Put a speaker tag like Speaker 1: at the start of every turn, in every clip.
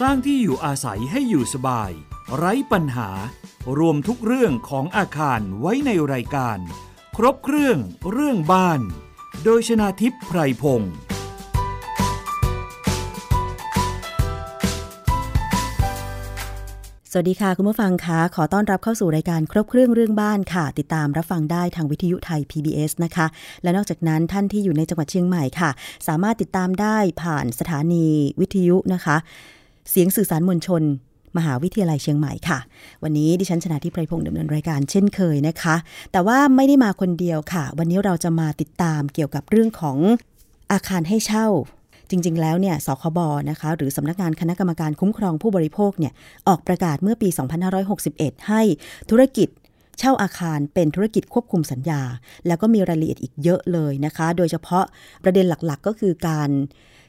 Speaker 1: สร้างที่อยู่อาศัยให้อยู่สบาย ไร้ปัญหา รวมทุกเรื่องของอาคารไว้ในรายการ ครบเครื่องเรื่องบ้าน โดยชนาทิพย์ไพรพงศ์
Speaker 2: สวัสดีค่ะ คุณผู้ฟังคะขอต้อนรับเข้าสู่รายการครบเครื่องเรื่องบ้านค่ะ ติดตามรับฟังได้ทางวิทยุไทย PBS นะคะ และนอกจากนั้นท่านที่อยู่ในจังหวัดเชียงใหม่ค่ะ สามารถติดตามได้ผ่านสถานีวิทยุนะคะ เสียงสื่อสารมวลชน มหาวิทยาลัยเชียงใหม่ค่ะ วันนี้ดิฉันชนะทิพไพรพงศ์ดำเนินรายการเช่นเคยนะคะ แต่ว่าไม่ได้มาคนเดียวค่ะ วันนี้เราจะมาติดตามเกี่ยวกับเรื่องของอาคารให้เช่า จริง ๆ แล้วเนี่ย สคบ นะคะ หรือสำนักงานคณะกรรมการคุ้มครองผู้บริโภคเนี่ย ออกประกาศเมื่อปี 2561 ให้ธุรกิจเช่าอาคารเป็นธุรกิจควบคุมสัญญา แล้วก็มีรายละเอียดอีกเยอะเลยนะคะ โดยเฉพาะประเด็นหลักๆ ก็คือการ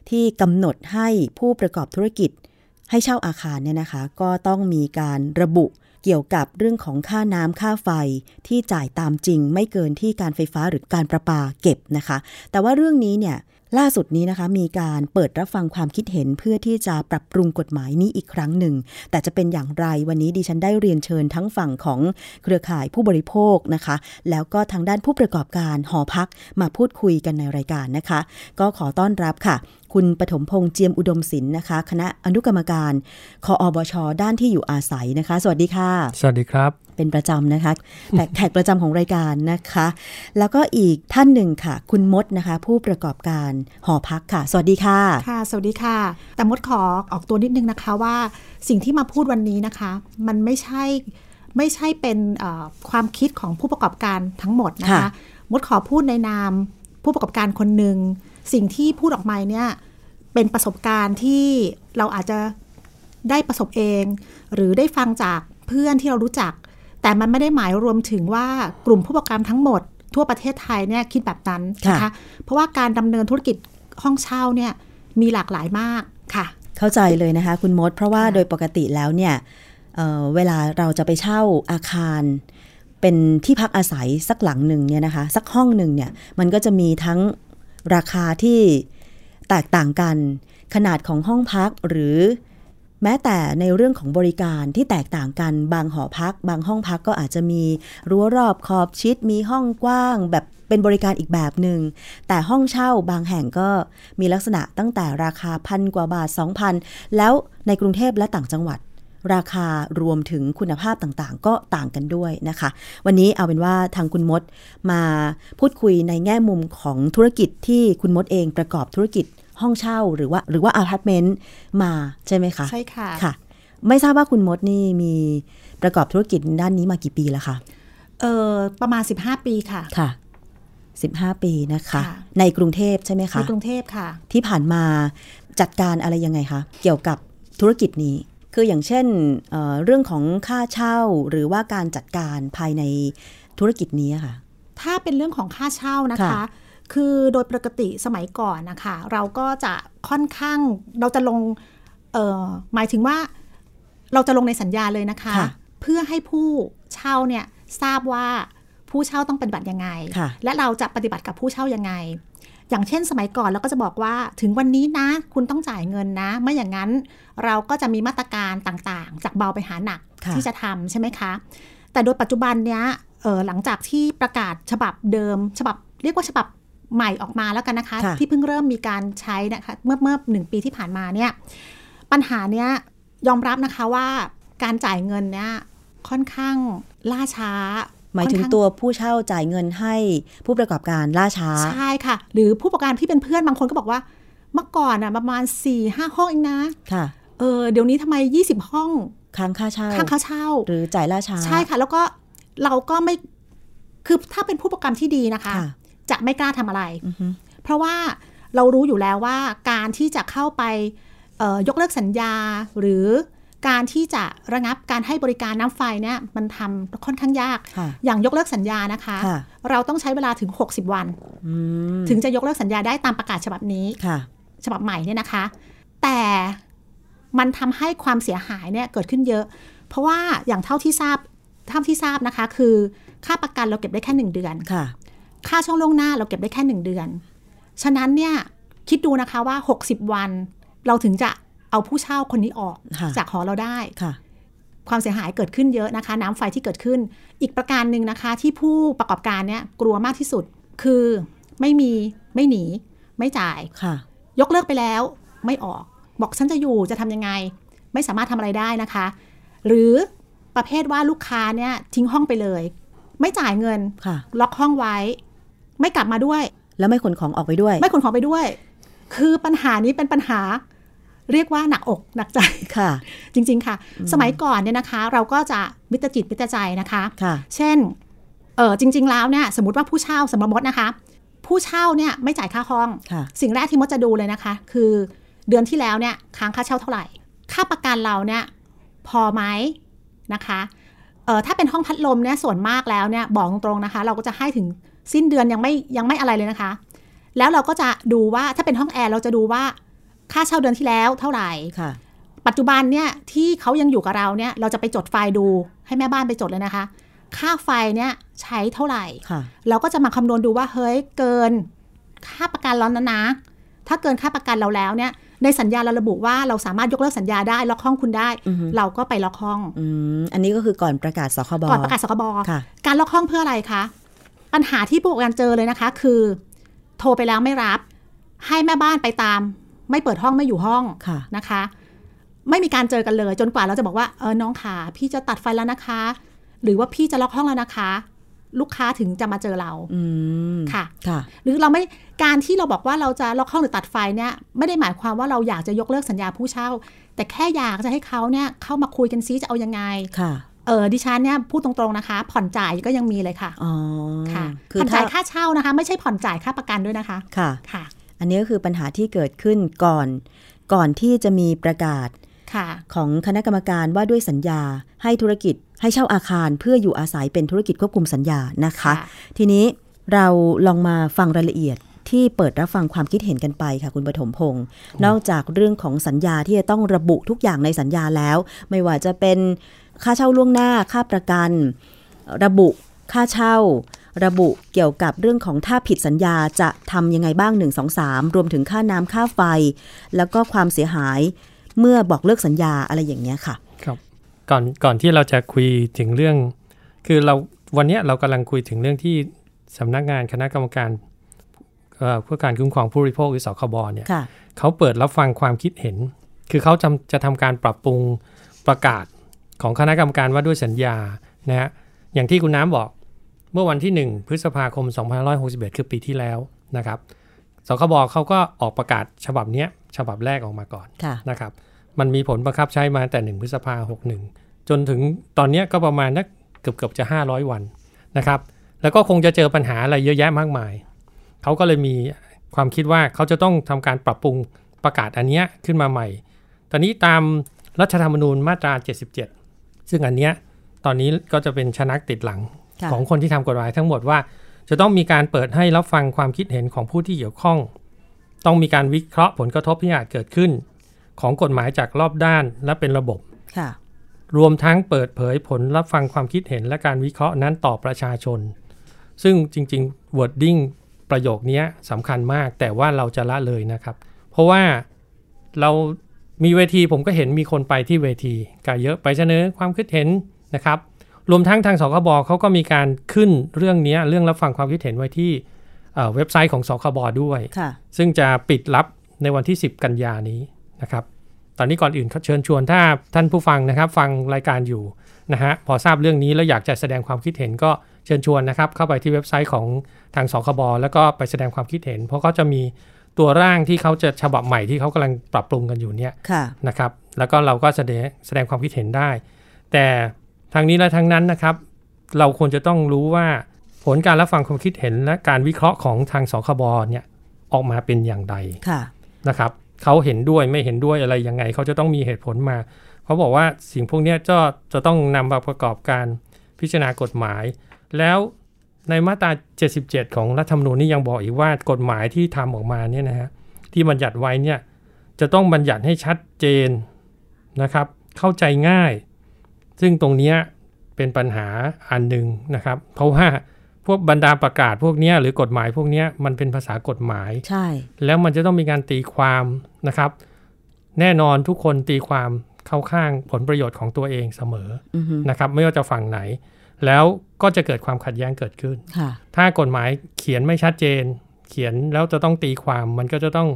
Speaker 2: ที่กำหนดให้ผู้ประกอบธุรกิจ ให้เช่าอาคารเนี่ยนะคะ ก็ต้องมีการระบุเกี่ยวกับเรื่องของค่าน้ำค่าไฟที่จ่ายตามจริง ไม่เกินที่การไฟฟ้าหรือการประปาเก็บนะคะ แต่ว่าเรื่องนี้เนี่ยล่าสุดนี้นะคะ มีการเปิดรับฟังความคิดเห็นเพื่อที่จะปรับปรุงกฎหมายนี้อีกครั้งหนึ่ง แต่จะเป็นอย่างไรวันนี้ดิฉันได้เรียนเชิญทั้งฝั่งของเครือข่ายผู้บริโภคนะคะ แล้วก็ทางด้านผู้ประกอบการหอพักมาพูดคุยกันในรายการนะคะ ก็ขอต้อนรับค่ะ คุณปฐมพงษ์เจียมอุดมศิลป์นะคะ คณะอนุกรรมการ คออบช ด้านที่อยู่อาศัยนะคะ สวัสดีค่ะ
Speaker 3: สวัสดีครับ
Speaker 2: เป็นประจำนะคะ แขกแขกประจำของรายการนะคะ แล้วก็อีกท่านหนึ่งค่ะ คุณมดนะคะ ผู้ประกอบการหอพักค่ะ สวัสดีค่ะ
Speaker 4: ค่ะ สวัสดีค่ะ แต่มดขอออกตัวนิดนึงนะคะว่าสิ่งที่มาพูดวันนี้นะคะ มันไม่ใช่ไม่ใช่เป็นเอ่อความคิดของผู้ประกอบการทั้งหมดนะคะ
Speaker 2: ค่ะ
Speaker 4: มดขอพูดในนามผู้ประกอบการคนหนึ่งสิ่งที่พูดออกมาเนี่ยเป็นประสบการณ์ที่เราอาจจะได้ประสบเอง หรือได้ฟังจากเพื่อนที่เรารู้จัก แต่มันไม่ได้หมายรวมถึงว่ากลุ่มผู้ประกอบการทั้งหมด ทั่วประเทศไทยเนี่ยคิดแบบนั้นนะ
Speaker 2: ค่ะ
Speaker 4: คะ เพราะว่าการดำเนินธุรกิจห้องเช่าเนี่ยมีหลากหลายมากค่ะ
Speaker 2: เข้าใจเลยนะคะ คุณมด เพราะว่า
Speaker 4: ค่ะ
Speaker 2: โดยปกติแล้วเนี่ยเอ่อเวลาเราจะไปเช่าอาคาร เป็นที่พักอาศัยสักหลังหนึ่งเนี่ยนะคะ สักห้องหนึ่งเนี่ยมันก็จะมีทั้งราคาที่แตกต่างกัน ขนาดของห้องพักหรือแม้แต่ในเรื่องของบริการที่แตกต่างกัน บางหอพัก บางห้องพักก็อาจจะมีรั้วรอบขอบชิดมีห้องกว้าง แบบเป็นบริการอีกแบบหนึ่ง แต่ห้องเช่าบางแห่งก็มีลักษณะตั้งแต่ราคาพันกว่าบาท 2,000 แล้วในกรุงเทพและต่างจังหวัด ราคารวมถึงคุณภาพต่างๆ ก็ต่างกันด้วยนะคะ วันนี้เอาเป็นว่าทางคุณมดมาพูดคุยในแง่มุมของธุรกิจที่คุณมดเองประกอบธุรกิจห้องเช่าหรือว่าหรือว่าอาพาร์ตเมนต์มาใช่ไหมคะ
Speaker 4: ใช่ค่ะ
Speaker 2: ค่ะ ไม่ทราบว่าคุณมดนี่มีประกอบธุรกิจด้านนี้มากี่ปีแล้วคะ
Speaker 4: เออประมาณ 15 ปีค่ะ
Speaker 2: ค่ะ 15 ปีนะคะ
Speaker 4: ค่ะ
Speaker 2: ในกรุงเทพใช่ไหมคะ
Speaker 4: ในกรุงเทพค่ะ
Speaker 2: ที่ผ่านมาจัดการอะไรยังไงคะ เกี่ยวกับธุรกิจนี้ คืออย่างเช่นเอ่อเรื่องของค่าเช่าหรือว่าการจัดการภายในธุรกิจนี้อะค่ะ
Speaker 4: ถ้าเป็นเรื่องของค่าเช่านะคะ
Speaker 2: ค่ะ
Speaker 4: คือโดยปกติสมัยก่อนนะคะ เราก็จะค่อนข้างเราจะลงเอ่อหมายถึงว่าเราจะลงในสัญญาเลยนะคะ
Speaker 2: ค่ะ
Speaker 4: เพื่อให้ผู้เช่าเนี่ยทราบว่าผู้เช่าต้องปฏิบัติยังไง
Speaker 2: ค่ะ
Speaker 4: และเราจะปฏิบัติกับผู้เช่ายังไง อย่างเช่นสมัยก่อนเราก็จะบอกว่าถึงวันนี้นะ คุณต้องจ่ายเงินนะ ไม่อย่างนั้นเราก็จะมีมาตรการต่างๆ จากเบาไปหาหนัก
Speaker 2: ค่ะ
Speaker 4: ที่จะทำใช่ไหมคะ แต่โดยปัจจุบันเนี้ยเอ่อหลังจากที่ประกาศฉบับเดิม ฉบับเรียกว่าฉบับใหม่ออกมาแล้วกันนะคะ
Speaker 2: ค่ะ
Speaker 4: ที่เพิ่งเริ่มมีการใช้นะคะเมื่อเมื่อหนึ่งปีที่ผ่านมาเนี่ยปัญหาเนี้ยยอมรับนะคะว่าการจ่ายเงินเนี้ยค่อนข้างล่าช้า
Speaker 2: หมายถึง
Speaker 4: ค่อนข้
Speaker 2: ตัวผู้เช่าจ่ายเงินให้ผู้ประกอบการล่าช้า
Speaker 4: ใช่ค่ะ หรือผู้ประกอบการที่เป็นเพื่อนบางคนก็บอกว่า เมื่อก่อนอ่ะประมาณ4ี่ห้าห้องเองนะ
Speaker 2: ค่ะ
Speaker 4: เออเดี๋ยวนี้ทำไม 20 ห้อง
Speaker 2: ค้างค่าเช่า
Speaker 4: ค้างค่าเช่า
Speaker 2: หรือจ่ายล่าช้า
Speaker 4: ใช่ค่ะ แล้วก็เราก็ไม่คือถ้าเป็นผู้ประกอบการที่ดีนะคะ
Speaker 2: ค่ะ
Speaker 4: จะไม่กล้าทำอะไร
Speaker 2: อือฮึ
Speaker 4: เพราะว่าเรารู้อยู่แล้วว่าการที่จะเข้าไปเอ่อยกเลิกสัญญา หรือการที่จะระงับการให้บริการน้ำไฟเนี่ยมันทำค่อนข้างยาก
Speaker 2: ค่ะ
Speaker 4: อย่างยกเลิกสัญญานะคะ
Speaker 2: ค่ะ
Speaker 4: เราต้องใช้เวลาถึง 60 วัน
Speaker 2: อืม
Speaker 4: ถึงจะยกเลิกสัญญาได้ตามประกาศฉบับนี้
Speaker 2: ค่ะ
Speaker 4: ฉบับใหม่เนี่ยนะคะ แต่มันทำให้ความเสียหายเนี่ยเกิดขึ้นเยอะ เพราะว่าอย่างเท่าที่ทราบเท่าที่ทราบนะคะ คือค่าประกันเราเก็บได้แค่หนึ่งเดือน
Speaker 2: ค่ะ
Speaker 4: ค่าช่องล่วงหน้าเราเก็บได้แค่หนึ่งเดือน ฉะนั้นเนี่ยคิดดูนะคะว่า 60 วันเราถึงจะ เอาผู้เช่าคนนี้ออก
Speaker 2: ค่ะ
Speaker 4: จากหอเราได้
Speaker 2: ค่ะ
Speaker 4: ความเสียหายเกิดขึ้นเยอะนะคะ น้ำไฟที่เกิดขึ้น อีกประการหนึ่งนะคะ ที่ผู้ประกอบการเนี่ยกลัวมากที่สุดคือไม่มีไม่หนี ไม่จ่าย
Speaker 2: ค่ะ
Speaker 4: ยกเลิกไปแล้วไม่ออก บอกฉันจะอยู่จะทำยังไง ไม่สามารถทำอะไรได้นะคะ หรือประเภทว่าลูกค้าเนี่ยทิ้งห้องไปเลย ไม่จ่ายเงิน
Speaker 2: ค่ะ
Speaker 4: ล็อกห้องไว้ ไม่กลับมาด้วย
Speaker 2: แล้วไม่ขนของออกไปด้วย
Speaker 4: ไม่ขนของไปด้วย คือปัญหานี้เป็นปัญหา เรียกว่าหนักอกหนักใจ
Speaker 2: ค่ะ
Speaker 4: จริง ๆ ค่ะ สมัยก่อนเนี่ยนะคะ เราก็จะมิตรจิตมิตรใจนะคะ
Speaker 2: ค่ะ
Speaker 4: เช่น เออจริง ๆ แล้วเนี่ยสมมติว่าผู้เช่าสมมติมดนะคะ ผู้เช่าเนี่ยไม่จ่ายค่าห้อง
Speaker 2: ค่ะ
Speaker 4: สิ่งแรกที่มดจะดูเลยนะคะ คือเดือนที่แล้วเนี่ยค้างค่าเช่าเท่าไหร่ ค่าประกันเราเนี่ยพอไหมนะคะเออถ้าเป็นห้องพัดลมเนี่ยส่วนมากแล้วเนี่ยบอกตรงๆนะคะ เราก็จะให้ถึงสิ้นเดือนยังไม่ยังไม่อะไรเลยนะคะ แล้วเราก็จะดูว่าถ้าเป็นห้องแอร์เราจะดูว่าค่าเช่าเดือนที่แล้วเท่าไหร่
Speaker 2: ค่ะ
Speaker 4: ปัจจุบันเนี่ยที่เขายังอยู่กับเราเนี่ยเราจะไปจดไฟล์ดูให้แม่บ้านไปจดเลยนะคะ ค่าไฟเนี่ยใช้เท่าไหร่
Speaker 2: ค่ะ
Speaker 4: เราก็จะมาคำนวณดูว่าเฮ้ยเกินค่าประกันเรานะนะ ถ้าเกินค่าประกันเราแล้วเนี่ย ในสัญญาเราระบุว่าเราสามารถยกเลิกสัญญาได้ล็อกห้องคุณได้
Speaker 2: อือฮึ
Speaker 4: เราก็ไปล็อกห้อง
Speaker 2: อืม อันนี้ก็คือก่อนประกาศสคบ
Speaker 4: ก่อนประกาศสคบ
Speaker 2: ค่ะ
Speaker 4: การล็อกห้องเพื่ออะไรคะ ปัญหาที่ผู้ประกอบการเจอเลยนะคะ คือ โทรไปแล้วไม่รับ ให้แม่บ้านไปตาม ไม่เปิดห้องไม่อยู่ห้อง
Speaker 2: ค่ะ
Speaker 4: นะคะ ไม่มีการเจอกันเลย จนกว่าเราจะบอกว่าเออน้องขาพี่จะตัดไฟแล้วนะคะ หรือว่าพี่จะล็อกห้องแล้วนะคะ ลูกค้าถึงจะมาเจอเรา
Speaker 2: อืม
Speaker 4: ค่ะ
Speaker 2: ค่ะ
Speaker 4: หรือเราไม่การที่เราบอกว่าเราจะล็อกห้องหรือตัดไฟเนี่ยไม่ได้หมายความว่าเราอยากจะยกเลิกสัญญาผู้เช่า แต่แค่อยากจะให้เขาเนี่ยเข้ามาคุยกันซิจะเอายังไง
Speaker 2: ค่ะ
Speaker 4: เออดิฉันเนี่ยพูดตรงๆนะคะ ผ่อนจ่ายก็ยังมีเลยค่ะ
Speaker 2: อ๋อ
Speaker 4: ค่ะ
Speaker 2: คือ
Speaker 4: ผ่อน
Speaker 2: ถ้า
Speaker 4: จ่ายค่าเช่านะคะ ไม่ใช่ผ่อนจ่ายค่าประกันด้วยนะคะ
Speaker 2: ค่ะ
Speaker 4: ค่ะ
Speaker 2: อันนี้ก็คือปัญหาที่เกิดขึ้นก่อน ก่อนที่จะมีประกาศ
Speaker 4: ค่ะ
Speaker 2: ของคณะกรรมการว่าด้วยสัญญาให้ธุรกิจให้เช่าอาคารเพื่ออยู่อาศัยเป็นธุรกิจควบคุมสัญญานะคะ
Speaker 4: ค่ะ
Speaker 2: ทีนี้เราลองมาฟังรายละเอียดที่เปิดรับฟังความคิดเห็นกันไปค่ะคุณปฐมพงศ์นอกจากเรื่องของสัญญาที่จะต้องระบุทุกอย่างในสัญญาแล้ว ไม่ว่าจะเป็นค่าเช่าล่วงหน้าค่าประกัน ระบุค่าเช่า ระบุเกี่ยวกับเรื่องของถ้าผิดสัญญาจะทำยังไงบ้าง 1 2 3 รวมถึงค่าน้ำค่าไฟ แล้วก็ความเสียหายเมื่อบอกเลิกสัญญาอะไรอย่างเงี้ยค่ะ
Speaker 3: ครับก่อนก่อนที่เราจะคุยถึงเรื่อง คือเราวันเนี้ยเรากำลังคุยถึงเรื่องที่สำนักงานคณะกรรมการเอ่อเพื่อการคุ้มครองผู้บริโภคหรือสคบเนี่ย
Speaker 2: ค่ะ
Speaker 3: เขาเปิดรับฟังความคิดเห็น คือเขาจะจะทำการปรับปรุงประกาศของคณะกรรมการว่าด้วยสัญญานะฮะอย่างที่คุณน้ำบอกเมื่อวันที่ 1 พฤษภาคม 2561 คือปีที่แล้วนะครับสคบเขาก็ออกประกาศฉบับเนี้ยฉบับแรกออกมาก่อน
Speaker 2: ค่ะ
Speaker 3: นะครับ มันมีผลบังคับใช้มาตั้งแต่ 1 พฤษภาหกหนึ่งจนถึงตอนเนี้ยก็ประมาณนักเกือบเกือบๆจะ 500 วันนะครับ แล้วก็คงจะเจอปัญหาอะไรเยอะแยะมากมาย เขาก็เลยมีความคิดว่าเขาจะต้องทำการปรับปรุงประกาศอันเนี้ยขึ้นมาใหม่ ตอนนี้ตามรัฐธรรมนูญมาตรา 77 ซึ่งอันเนี้ยตอนนี้ก็จะเป็นชนักติดหลัง
Speaker 2: ค่ะ
Speaker 3: ของคนที่ทำกฎหมายทั้งหมดว่า จะต้องมีการเปิดให้รับฟังความคิดเห็นของผู้ที่เกี่ยวข้อง ต้องมีการวิเคราะห์ผลกระทบที่อาจเกิดขึ้น ของกฎหมายจากรอบด้านและเป็นระบบ
Speaker 2: ค่ะ
Speaker 3: รวมทั้งเปิดเผยผลรับฟังความคิดเห็นและการวิเคราะห์นั้นต่อประชาชน ซึ่งจริง ๆ wording ประโยคเนี้ยสำคัญมากแต่ว่าเราจะละเลยนะครับ เพราะว่าเรามีเวทีผมก็เห็นมีคนไปที่เวทีกันเยอะไปเสนอความคิดเห็นนะครับ รวมทั้งทางสคบเขาก็มีการขึ้นเรื่องเนี้ยเรื่องรับฟังความคิดเห็นไว้ที่เอ่อเว็บไซต์ของสคบด้วย
Speaker 2: ค่ะ
Speaker 3: ซึ่งจะปิดรับในวันที่ 10 กันยานี้นะครับ ตอนนี้ก่อนอื่นเชิญชวนถ้าท่านผู้ฟังนะครับ ฟังรายการอยู่นะฮะพอทราบเรื่องนี้แล้วอยากจะแสดงความคิดเห็นก็เชิญชวนนะครับ เข้าไปที่เว็บไซต์ของทางสคบแล้วก็ไปแสดงความคิดเห็น เพราะเขาจะมีตัวร่างที่เขาจะฉบับใหม่ที่เขากำลังปรับปรุงกันอยู่เนี่ย
Speaker 2: ค่ะ
Speaker 3: นะครับแล้วก็เราก็แสดงแสดงความคิดเห็นได้ แต่ทางนี้และทางนั้นนะครับ เราควรจะต้องรู้ว่าผลการรับฟังความคิดเห็นและการวิเคราะห์ของทางสคบเนี่ยออกมาเป็นอย่างใด
Speaker 2: ค่ะ
Speaker 3: นะครับเขาเห็นด้วยไม่เห็นด้วยอะไรยังไงเขาจะต้องมีเหตุผลมาเขาบอกว่าสิ่งพวกเนี้ยจะจะต้องนำมาประกอบการพิจารณากฎหมาย แล้วในมาตรา 77 ของรัฐธรรมนูญนี่ยังบอกอีกว่ากฎหมายที่ทำออกมาเนี่ยนะฮะที่บัญญัติไว้เนี่ย จะต้องบัญญัติให้ชัดเจนนะครับ เข้าใจง่าย ซึ่งตรงเนี้ยเป็นปัญหาอันหนึ่งนะครับ เพราะว่าพวกบรรดาประกาศพวกเนี้ยหรือกฎหมายพวกเนี้ยมันเป็นภาษากฎหมาย
Speaker 2: ใช่
Speaker 3: แล้วมันจะต้องมีการตีความนะครับ แน่นอนทุกคนตีความเข้าข้างผลประโยชน์ของตัวเองเสมอ
Speaker 2: อือฮึ
Speaker 3: นะครับ ไม่ว่าจะฝั่งไหน แล้วก็จะเกิดความขัดแย้งเกิดขึ้น
Speaker 2: ค่ะ
Speaker 3: ถ้ากฎหมายเขียนไม่ชัดเจน เขียนแล้วจะต้องตีความมันก็จะต้อง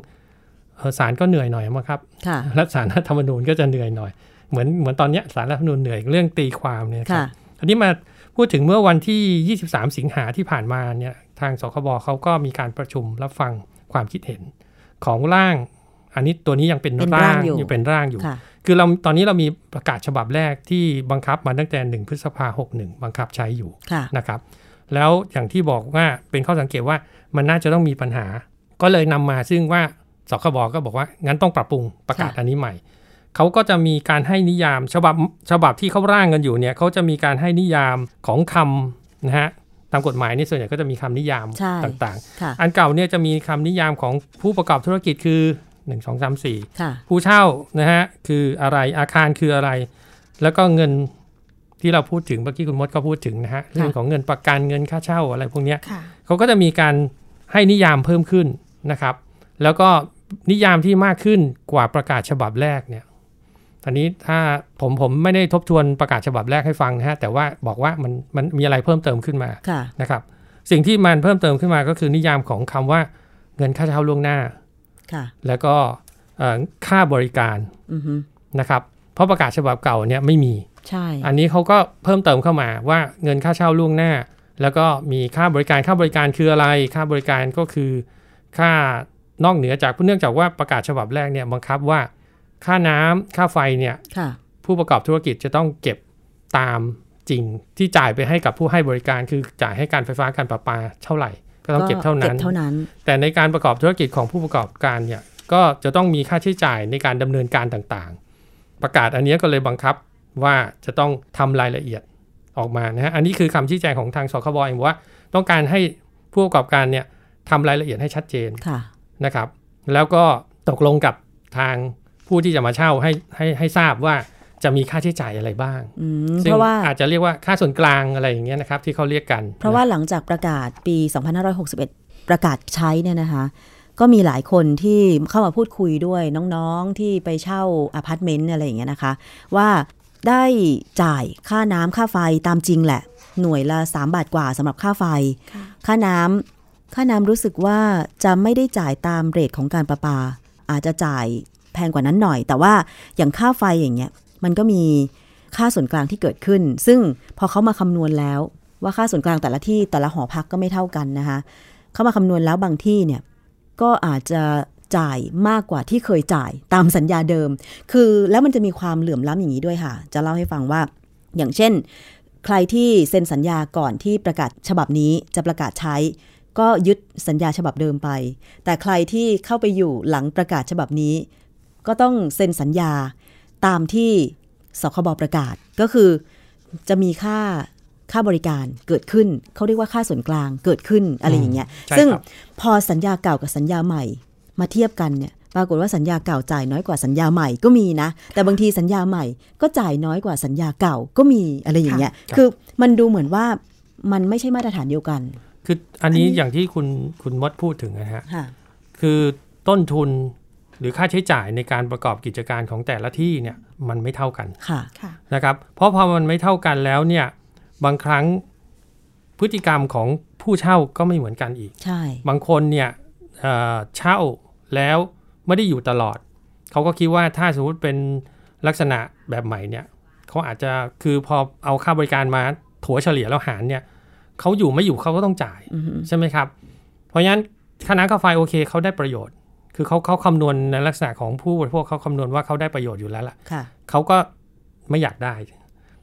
Speaker 3: เอ่อศาลก็เหนื่อยหน่อยมั้งครับ
Speaker 2: ค่ะ
Speaker 3: รัฐสารรัฐธรรมนูญก็จะเหนื่อยหน่อย เหมือนเหมือนตอนเนี้ยสารรัฐธรรมนูญเหนื่อยเรื่องตีความเนี่ยค
Speaker 2: ค่ะ
Speaker 3: รับ อันนี้มาพูดถึงเมื่อวันที่ 23 สิงหาที่ผ่านมาเนี่ยทางสคบเขาก็มีการประชุมรับฟังความคิดเห็นของร่าง อันนี้ตัวนี้ยังเป็น
Speaker 2: เป็นร่างอยู่
Speaker 3: เป็นร่างอยู่
Speaker 2: ค่ะ
Speaker 3: คือเราตอนนี้เรามีประกาศฉบับแรกที่บังคับมาตั้งแต่ 1 พฤษภา61 บังคับใช้อยู่
Speaker 2: ค่ะ
Speaker 3: นะครับแล้วอย่างที่บอกว่าเป็นข้อสังเกตว่ามันน่าจะต้องมีปัญหา ก็เลยนำมาซึ่งว่าสคบก็บอกว่างั้นต้องปรับปรุงประกาศ
Speaker 2: ค่ะ
Speaker 3: อันนี้ใหม่เขาก็จะมีการให้นิยามฉบับฉบับที่เขาร่างกันอยู่เนี่ยเขาจะมีการให้นิยามของคำนะฮะตามกฎหมายนี่ส่วนใหญ่ก็จะมีคำนิยาม
Speaker 2: ใช่
Speaker 3: ต่าง
Speaker 2: ค่ะ
Speaker 3: ๆ อันเก่าเนี่ยจะมีคำนิยามของผู้ประกอบธุรกิจคือ 1 2 3 4
Speaker 2: ค่ะ
Speaker 3: ผู้เช่านะฮะคืออะไรอาคารคืออะไร แล้วก็เงินที่เราพูดถึงเมื่อกี้คุณมดก็พูดถึงนะฮะเรื่องของเงินประกันเงินค่าเช่าอะไรพวกเนี้ย
Speaker 4: ค่ะ
Speaker 3: เขาก็จะมีการให้นิยามเพิ่มขึ้นนะครับ แล้วก็นิยามที่มากขึ้นกว่าประกาศฉบับแรกเนี่ยตอนนี้ถ้าผมผมไม่ได้ทบทวนประกาศฉบับแรกให้ฟังนะฮะแต่ว่าบอกว่ามันมันมีอะไรเพิ่มเติมขึ้นมา
Speaker 2: ค่ะ
Speaker 3: นะครับ สิ่งที่มันเพิ่มเติมขึ้นมาก็คือนิยามของคำว่าเงินค่าเช่าล่วงหน้า
Speaker 2: ค่ะ
Speaker 3: แล้วก็เอ่อค่าบริการ
Speaker 2: อือฮึ
Speaker 3: นะครับเพราะประกาศฉบับเก่าเนี่ยไม่มี
Speaker 2: ใช่
Speaker 3: อันนี้เขาก็เพิ่มเติมเข้ามาว่าเงินค่าเช่าล่วงหน้า แล้วก็มีค่าบริการค่าบริการคืออะไร ค่าบริการก็คือค่านอกเหนือจากเนื่องจากว่าประกาศฉบับแรกเนี่ยบังคับว่า ค่าน้ำค่าไฟเนี่ย
Speaker 2: ค่ะ
Speaker 3: ผู้ประกอบธุรกิจจะต้องเก็บตามจริงที่จ่ายไปให้กับผู้ให้บริการคือจ่ายให้การไฟฟ้าการประปาเท่าไหร่ ก็ต้องเก็บเท่า
Speaker 2: เก็
Speaker 3: นั้น
Speaker 2: บเท่านั้น
Speaker 3: แต่ในการประกอบธุรกิจของผู้ประกอบการเนี่ยก็จะต้องมีค่าใช้จ่ายในการดำเนินการต่างๆ ประกาศอันเนี้ยก็เลยบังคับว่าจะต้องทำรายละเอียดออกมานะฮะอันนี้คือคำชี้แจงของทางสคบเองบอกว่า ต้องการให้ผู้ประกอบการเนี่ยทำรายละเอียดให้ชัดเจน
Speaker 2: ค่ะ
Speaker 3: นะครับ แล้วก็ตกลงกับทางผู้ที่จะมาเช่าให้ให้ให้ทราบว่าจะมีค่าใช้จ่ายอะไรบ้าง
Speaker 2: อืม
Speaker 3: ซึ่
Speaker 2: เพ
Speaker 3: ง
Speaker 2: ราะว่า
Speaker 3: อาจจะเรียกว่าค่าส่วนกลางอะไรอย่างเงี้ยนะครับที่เขาเรียกกัน
Speaker 2: เพราะว่าหลังจากประกาศปี 2561 ประกาศใช้เนี่ยนะคะ ก็มีหลายคนที่เข้ามาพูดคุยด้วยน้องๆที่ไปเช่าอาพาร์ตเมนต์อะไรอย่างเงี้ยนะคะ ว่าได้จ่ายค่าน้ำค่าไฟตามจริงแหละ หน่วยละ 3 บาทกว่าสำหรับค่าไฟ
Speaker 4: ค่ะ
Speaker 2: ค่าน้ำค่าน้ำรู้สึกว่าจะไม่ได้จ่ายตามเรทของการประปา อาจจะจ่ายแพงกว่านั้นหน่อย แต่ว่าอย่างค่าไฟอย่างเงี้ยมันก็มีค่าส่วนกลางที่เกิดขึ้น ซึ่งพอเขามาคำนวณแล้ว ว่าค่าส่วนกลางแต่ละที่แต่ละหอพักก็ไม่เท่ากันนะคะเขามาคำนวณแล้วบางที่เนี่ยก็อาจจะจ่ายมากกว่าที่เคยจ่ายตามสัญญาเดิม คือแล้วมันจะมีความเหลื่อมล้ำอย่างนี้ด้วยค่ะ จะเล่าให้ฟังว่า อย่างเช่น ใครที่เซ็นสัญญาก่อนที่ประกาศฉบับนี้จะประกาศใช้ ก็ยึดสัญญาฉบับเดิมไป แต่ใครที่เข้าไปอยู่หลังประกาศฉบับนี้ ก็ต้องเซ็นสัญญาตามที่สคบประกาศก็คือจะมีค่าค่าบริการเกิดขึ้น เขาเรียกว่าค่าส่วนกลางเกิดขึ้นอะไรอย่างเงี้ย
Speaker 3: ใช่
Speaker 2: ซึ่ง
Speaker 3: ครับ
Speaker 2: พอสัญญาเก่ากับสัญญาใหม่ มาเทียบกันเนี่ยปรากฏว่าสัญญาเก่าจ่ายน้อยกว่าสัญญาใหม่ก็มีนะ แต่บางทีสัญญาใหม่ก็จ่ายน้อยกว่าสัญญาเก่าก็มีอะไรอย่างเงี้ย
Speaker 3: ครับ
Speaker 2: คือมันดูเหมือนว่ามันไม่ใช่มาตรฐานเดียวกัน
Speaker 3: คืออันนี้อย่างที่คุณคุณมดพูดถึงนะฮะ
Speaker 2: ค่ะ
Speaker 3: คือต้นทุนหรือค่าใช้จ่ายในการประกอบกิจการของแต่ละที่เนี่ยมันไม่เท่ากัน
Speaker 2: ค่ะ
Speaker 4: ค่ะ
Speaker 3: นะครับ เพราะพอมันไม่เท่ากันแล้วเนี่ยบางครั้งพฤติกรรมของผู้เช่าก็ไม่เหมือนกันอีก
Speaker 2: ใช่
Speaker 3: บางคนเนี่ยเอ่อเช่าแล้วไม่ได้อยู่ตลอด เขาก็คิดว่าถ้าสมมติเป็นลักษณะแบบใหม่เนี่ยเขาอาจจะคือพอเอาค่าบริการมาถัวเฉลี่ยแล้วหารเนี่ยเขาอยู่ไม่อยู่เขาก็ต้องจ่าย
Speaker 2: อือฮึ
Speaker 3: ใช่ไหมครับ เพราะฉะนั้นค่าน้ำค่าไฟโอเคเขาได้ประโยชน์ คือเขาเขาคำนวณในลักษณะของผู้บริโภคเขาคำนวณว่าเขาได้ประโยชน์อยู่แล้วล่ะ
Speaker 2: ค่ะ
Speaker 3: เขาก็ไม่อยากได้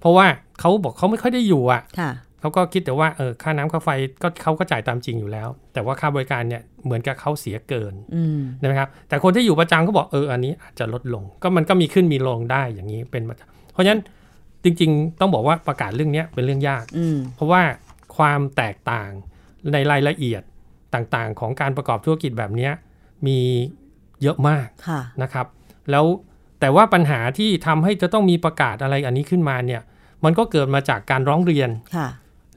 Speaker 3: เพราะว่าเขาบอกเขาไม่ค่อยได้อยู่อ่ะ
Speaker 2: ค่ะ
Speaker 3: เขาก็คิดแต่ว่าเออค่าน้ำค่าไฟก็เขาก็จ่ายตามจริงอยู่แล้ว แต่ว่าค่าบริการเนี่ยเหมือนกับเขาเสียเกิน
Speaker 2: อืม
Speaker 3: นะครับ แต่คนที่อยู่ประจำก็บอกเอออันนี้อาจจะลดลง ก็มันก็มีขึ้นมีลงได้อย่างนี้เป็นประจำเพราะฉะนั้นจริง ๆ ต้องบอกว่าประกาศเรื่องเนี้ยเป็นเรื่องยาก
Speaker 2: อืม
Speaker 3: เพราะว่าความแตกต่างในรายละเอียดต่างๆ ของการประกอบธุรกิจแบบเนี้ยมีเยอะมาก
Speaker 2: ค่ะ
Speaker 3: นะครับ แล้วแต่ว่าปัญหาที่ทำให้จะต้องมีประกาศอะไรอันนี้ขึ้นมาเนี่ยมันก็เกิดมาจากการร้องเรียน
Speaker 2: ค่ะ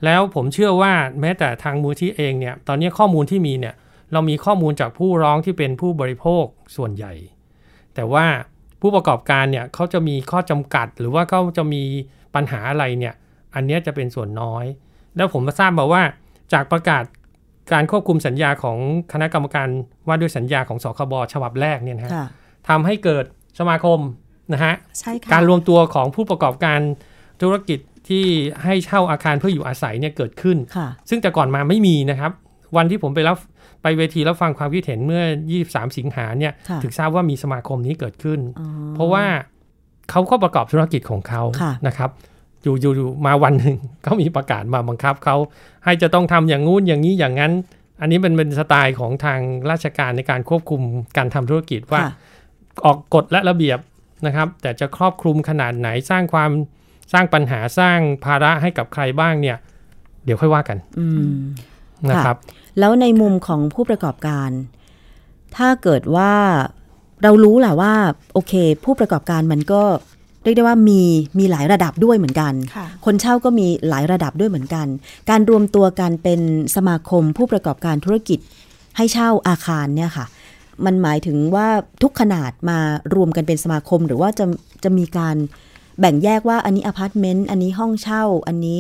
Speaker 3: แล้วผมเชื่อว่าแม้แต่ทางมูลที่เองเนี่ยตอนนี้ข้อมูลที่มีเนี่ยเรามีข้อมูลจากผู้ร้องที่เป็นผู้บริโภคส่วนใหญ่ แต่ว่า ผู้ประกอบการเนี่ยเขาจะมีข้อจำกัด หรือว่าเขาจะมีปัญหาอะไรเนี่ย อันเนี้ยจะเป็นส่วนน้อย แล้วผมมาทราบมาว่า จากประกาศการควบคุมสัญญาของคณะกรรมการว่าด้วยสัญญาของสคบฉบับแรกเนี่ยนะฮะ
Speaker 2: ค่ะ
Speaker 3: ทำให้เกิดสมาคมนะฮะ
Speaker 4: ใช่ค่ะ
Speaker 3: การรวมตัวของผู้ประกอบการธุรกิจที่ให้เช่าอาคารเพื่ออยู่อาศัยเนี่ยเกิดขึ้น
Speaker 2: ค่ะ
Speaker 3: ซึ่งแต่ก่อนมาไม่มีนะครับ วันที่ผมไปรับไปเวทีรับฟังความคิดเห็นเมื่อ 23 สิงหาเนี่ย
Speaker 2: ค่ะ
Speaker 3: ถึงทราบว่ามีสมาคมนี้เกิดขึ้น
Speaker 2: อ๋อ
Speaker 3: เพราะว่าเขาก็ประกอบธุรกิจของเขา
Speaker 2: ค่ะ
Speaker 3: นะครับอยู่อยู่อยู่มาวันหนึ่ง ก็มีประกาศมาบังคับเขาให้จะต้องทำอย่างงู้นอย่างนี้อย่างนั้น อันนี้เป็นเป็นสไตล์ของทางราชการในการควบคุมการทำธุรกิจว่า
Speaker 2: ค่ะ
Speaker 3: ออกกฎและระเบียบนะครับ แต่จะครอบคลุมขนาดไหนสร้างความสร้างปัญหาสร้างภาระให้กับใครบ้างเนี่ย เดี๋ยวค่อยว่ากัน
Speaker 2: อืม
Speaker 3: นะครับ
Speaker 2: แล้วในมุมของผู้ประกอบการ ถ้าเกิดว่าเรารู้แหละว่า โอเค ผู้ประกอบการมันก็เรียกได้ว่ามีมีหลายระดับด้วยเหมือนกัน
Speaker 4: ค่ะ
Speaker 2: คนเช่าก็มีหลายระดับด้วยเหมือนกัน การรวมตัวกันเป็นสมาคมผู้ประกอบการธุรกิจให้เช่าอาคารเนี่ยค่ะ มันหมายถึงว่าทุกขนาดมารวมกันเป็นสมาคม หรือว่าจะจะมีการแบ่งแยกว่าอันนี้อพาร์ตเมนต์อันนี้ห้องเช่า อันนี้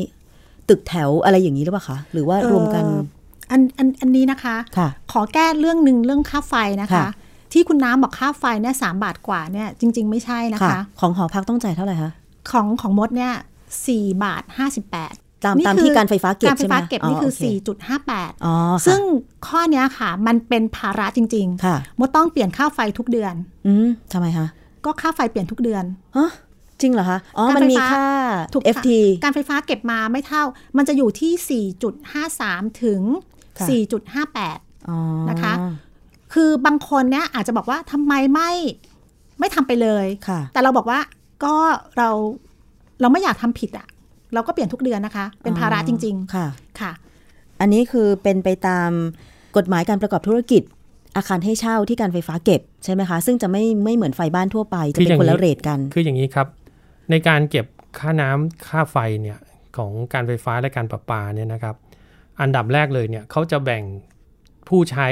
Speaker 2: ตึกแถวอะไรอย่างนี้หรือเปล่าคะหรือว่ารวมกัน
Speaker 4: เอ่ออันอันอันนี้นะคะ
Speaker 2: ค่ะ
Speaker 4: ขอแก้เรื่องหนึ่งเรื่องค่าไฟนะคะ
Speaker 2: ค่ะ
Speaker 4: ที่คุณน้ำบอกค่าไฟเนี่ยสามบาทกว่าเนี่ยจริง ๆ ไม่ใช่นะคะ
Speaker 2: ของหอพักต้องจ่ายเท่าไหร่คะ
Speaker 4: ของของมดเนี่ยสี่บาทห้าสิบแปด
Speaker 2: ตาม
Speaker 4: นี่
Speaker 2: ตาม
Speaker 4: คือ
Speaker 2: ที่การไฟฟ้าเก็บ
Speaker 4: การไฟ
Speaker 2: ใช่ไหม
Speaker 4: ฟ้าเก็บนี่คือ
Speaker 2: โเ
Speaker 4: 4.58
Speaker 2: อ๋อ
Speaker 4: ซึ่
Speaker 2: ซึ่
Speaker 4: ง
Speaker 2: ง
Speaker 4: ข้อเนี้ยค่ะ มันเป็นภาระจริง
Speaker 2: ค่ะ
Speaker 4: ๆมดต้องเปลี่ยนค่าไฟทุกเดือน
Speaker 2: อืมทำไมคะ
Speaker 4: ก็ค่าไฟเปลี่ยนทุกเดือน
Speaker 2: อ๋อจริงเหรอคะอ๋อ
Speaker 4: การ
Speaker 2: มันมี
Speaker 4: ไฟฟ้า
Speaker 2: ค่า
Speaker 4: ถูกค่ะ
Speaker 2: FT
Speaker 4: การไฟฟ้าเก็บมาไม่เท่า มันจะอยู่ที่ 4.53 ถึง
Speaker 2: ค่ะ
Speaker 4: 4.58
Speaker 2: อ๋อ
Speaker 4: นะคะ คือบางคนเนี่ยอาจจะบอกว่าทำไมไม่ไม่ทำไปเลย
Speaker 2: ค่ะ
Speaker 4: แต่เราบอกว่าก็เราเราไม่อยากทำผิดอะเราก็เปลี่ยนทุกเดือนนะคะ เป็นภาระจริง
Speaker 2: ค่ะ
Speaker 4: ๆ ค่ะ
Speaker 2: อันนี้คือเป็นไปตามกฎหมายการประกอบธุรกิจ อาคารให้เช่าที่การไฟฟ้าเก็บใช่ไหมคะ ซึ่งจะไม่ไม่เหมือนไฟบ้านทั่วไป จะ
Speaker 3: คือ
Speaker 2: เป็
Speaker 3: อย่าน ง
Speaker 2: คนละ
Speaker 3: นี้
Speaker 2: เรทกัน
Speaker 3: คืออย่างนี้ครับ ในการเก็บค่าน้ำค่าไฟเนี่ยของการไฟฟ้าและการประปาเนี่ยนะครับ อันดับแรกเลยเนี่ยเขาจะแบ่งผู้ใช้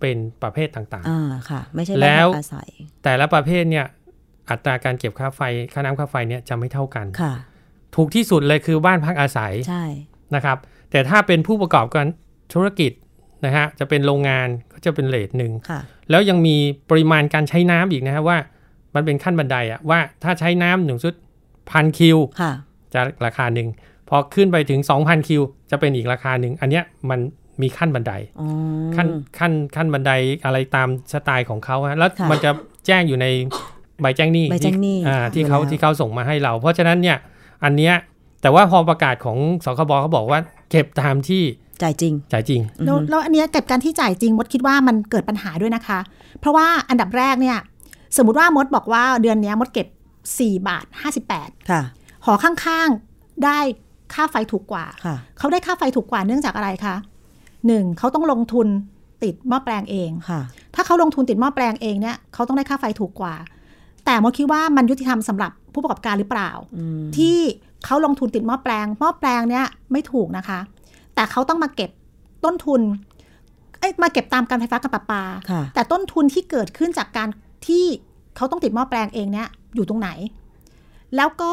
Speaker 3: เป็นประเภทต่าง
Speaker 2: อ่าค่ะ ไม่ใช่
Speaker 3: แล้ว
Speaker 2: บ้านพักอาศัย
Speaker 3: ๆ แต่ละประเภทเนี่ยอัตราการเก็บค่าไฟค่าน้ำค่าไฟเนี่ยจะไม่เท่ากัน
Speaker 2: ค่ะ
Speaker 3: ถูกที่สุดเลยคือบ้านพักอาศัย
Speaker 2: ใช่
Speaker 3: นะครับแต่ถ้าเป็นผู้ประกอบการธุรกิจนะฮะจะเป็นโรงงานก็จะเป็นเลทหนึ่ง
Speaker 2: ค่ะ
Speaker 3: แล้วยังมีปริมาณการใช้น้ำอีกนะฮะว่ามันเป็นขั้นบันไดอะว่าถ้าใช้น้ำหนึ่งชุดพันคิว
Speaker 2: ค่ะ
Speaker 3: จะราคาหนึ่งพอขึ้นไปถึง 2,000 คิว จะเป็นอีกราคาหนึ่งอันเนี้ยมันมีขั้นบันได
Speaker 2: อ๋อ
Speaker 3: ขั้นขั้นขั้นบันไดอะไรตามสไตล์ของเขาฮะแล้ว
Speaker 2: ค่ะ
Speaker 3: มันจะแจ้งอยู่ในใบแจ้งหนี้
Speaker 2: ใบแจ้งหนี้
Speaker 3: ที่อ่า
Speaker 2: ค่ะ
Speaker 3: ที่เขา
Speaker 2: อยู่แล้ว
Speaker 3: ที่เขาส่งมาให้เรา เพราะฉะนั้นเนี่ยอันเนี้ยแต่ว่าพอประกาศของสคบเขาบอกว่าเก็บตามที่
Speaker 2: จ่ายจริง
Speaker 3: จ่ายจริง
Speaker 2: อือ
Speaker 4: แล้ว
Speaker 2: ฮึ
Speaker 4: แล้วอันเนี้ยกับการที่จ่ายจริงมดคิดว่ามันเกิดปัญหาด้วยนะคะ เพราะว่าอันดับแรกเนี่ย สมมติว่ามดบอกว่าเดือนเนี้ยมดเก็บ 4 บาท
Speaker 2: ค่ะ
Speaker 4: 58 หอข้างๆได้ค่าไฟถูกกว่า
Speaker 2: ค่ะ
Speaker 4: เขาได้ค่าไฟถูกกว่าเนื่องจากอะไรคะ 1. เขาต้องลงทุนติดหม้อแปลงเอง
Speaker 2: ค่ะ
Speaker 4: ถ้าเขาลงทุนติดหม้อแปลงเองเนี่ยเขาต้องได้ค่าไฟถูกกว่า แต่มดคิดว่ามันยุติธรรมสำหรับผู้ประกอบการหรือเปล่า
Speaker 2: อืม
Speaker 4: ที่เขาลงทุนติดหม้อแปลงหม้อแปลงเนี่ยไม่ถูกนะคะ แต่เขาต้องมาเก็บต้นทุนเอ้ยมาเก็บตามการไฟฟ้ากับประปา
Speaker 2: ค่ะ
Speaker 4: แต่ต้นทุนที่เกิดขึ้นจากการที่เขาต้องติดหม้อแปลงเองเนี่ยอยู่ตรงไหน แล้วก็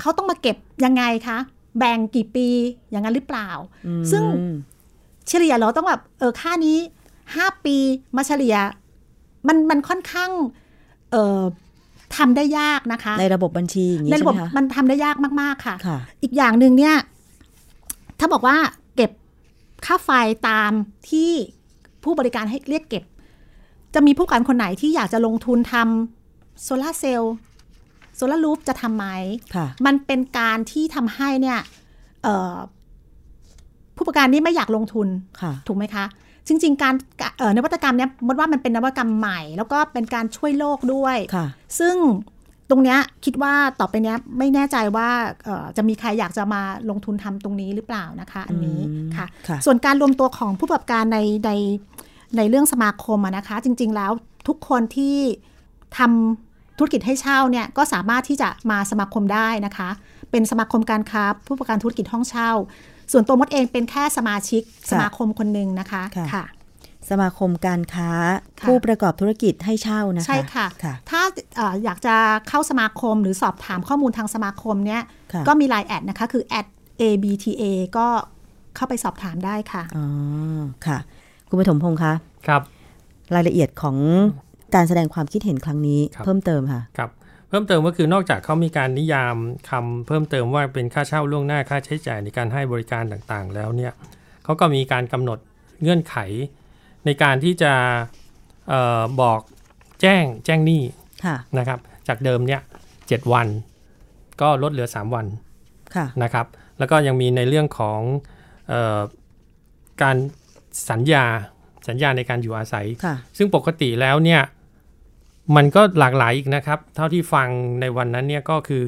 Speaker 4: เขาต้องมาเก็บยังไงคะ แบ่งกี่ปีอย่างนั้นหรือเปล่า
Speaker 2: อืม
Speaker 4: ซึ่ง เฉลี่ยเราต้องแบบเออค่านี้ 5 ปีมาเฉลี่ยมันมันค่อนข้างเออทำได้ยากนะคะ
Speaker 2: ในระบบบัญชีอย่างนี้
Speaker 4: ในระ
Speaker 2: ใช่
Speaker 4: บ
Speaker 2: ไหม
Speaker 4: บ
Speaker 2: คะ
Speaker 4: มันทำได้ยากมาก ๆ ค่ะ
Speaker 2: ค่ะ
Speaker 4: อีกอย่างหนึ่งเนี่ย ถ้าบอกว่าเก็บค่าไฟตามที่ผู้บริการให้เรียกเก็บ จะมีผู้ประกอบการคนไหนที่อยากจะลงทุนทำโซลาร์เซลล์โซลารูฟจะทำไหม
Speaker 2: ค่ะ
Speaker 4: มันเป็นการที่ทำให้เนี่ยเอ่อผู้ประกอบการนี่ไม่อยากลงทุน
Speaker 2: ค่ะ
Speaker 4: ถูกไหมคะ จริง ๆ การเอ่อนวัตกรรมเนี้ยมดว่ามันเป็นนวัตกรรมใหม่ แล้วก็เป็นการช่วยโลกด้วย
Speaker 2: ค่ะ
Speaker 4: ซึ่งตรงเนี้ยคิดว่าต่อไปเนี้ยไม่แน่ใจว่าเอ่อจะมีใครอยากจะมาลงทุนทำตรงนี้หรือเปล่านะคะอันนี้
Speaker 2: อืม
Speaker 4: ค่ะ
Speaker 2: ค่ะ
Speaker 4: ส่วนการรวมตัวของผู้ประกอบการในในในเรื่องสมาคมอะนะคะ จริง ๆ แล้วทุกคนที่ทำธุรกิจให้เช่าเนี่ยก็สามารถที่จะมาสมาคมได้นะคะ เป็นสมาคมการค้าผู้ประกอบการธุรกิจห้องเช่า ส่วนตัวมดเองเป็นแค่สมาชิกสมาคมคนหนึ่งนะคะ
Speaker 2: ค่ะ
Speaker 4: ค่ะ
Speaker 2: ส สมาคมการค้า
Speaker 4: ค่ะ
Speaker 2: ผู้ประกอบธุรกิจให้เช่านะคะ
Speaker 4: ใช่ค่ะ
Speaker 2: ค่ะ
Speaker 4: ถ้าเอ่ออยากจะเข้าสมาคมหรือสอบถามข้อมูลทางสมาคมเนี่ย
Speaker 2: ค่ะ
Speaker 4: ก็มีไลน์แอดนะคะ คือแอด abta ก็เข้าไปสอบถามได้ค่ะ
Speaker 2: อ๋อค่ะ คุณปฐมพงษ์คะ
Speaker 3: ครับ
Speaker 2: รายละเอียดของการแสดงความคิดเห็นครั้งนี้
Speaker 3: ครับ
Speaker 2: เพิ่มเติมค่ะ
Speaker 3: ครับเพิ่มเติมก็คือนอกจากเขามีการนิยามคำเพิ่มเติมว่าเป็นค่าเช่าล่วงหน้าค่าใช้จ่ายในการให้บริการต่างๆ แล้วเนี่ยเขาก็มีการกำหนดเงื่อนไข ในการที่จะเออบอกแจ้งแจ้งหนี้
Speaker 2: ค่ะ
Speaker 3: นะครับ จากเดิมเนี่ยเวัน ก็ลดเหลือ 3 วัน
Speaker 2: ค่ะ
Speaker 3: นะครับ แล้วก็ยังมีในเรื่องของเออการสัญญาสัญญาในการอยู่อาศัย
Speaker 2: ค่ะ
Speaker 3: ซึ่งปกติแล้วเนี่ยมันก็หลากหลายอีกนะครับ เท่าที่ฟังในวันนั้นเนี่ยก็คือ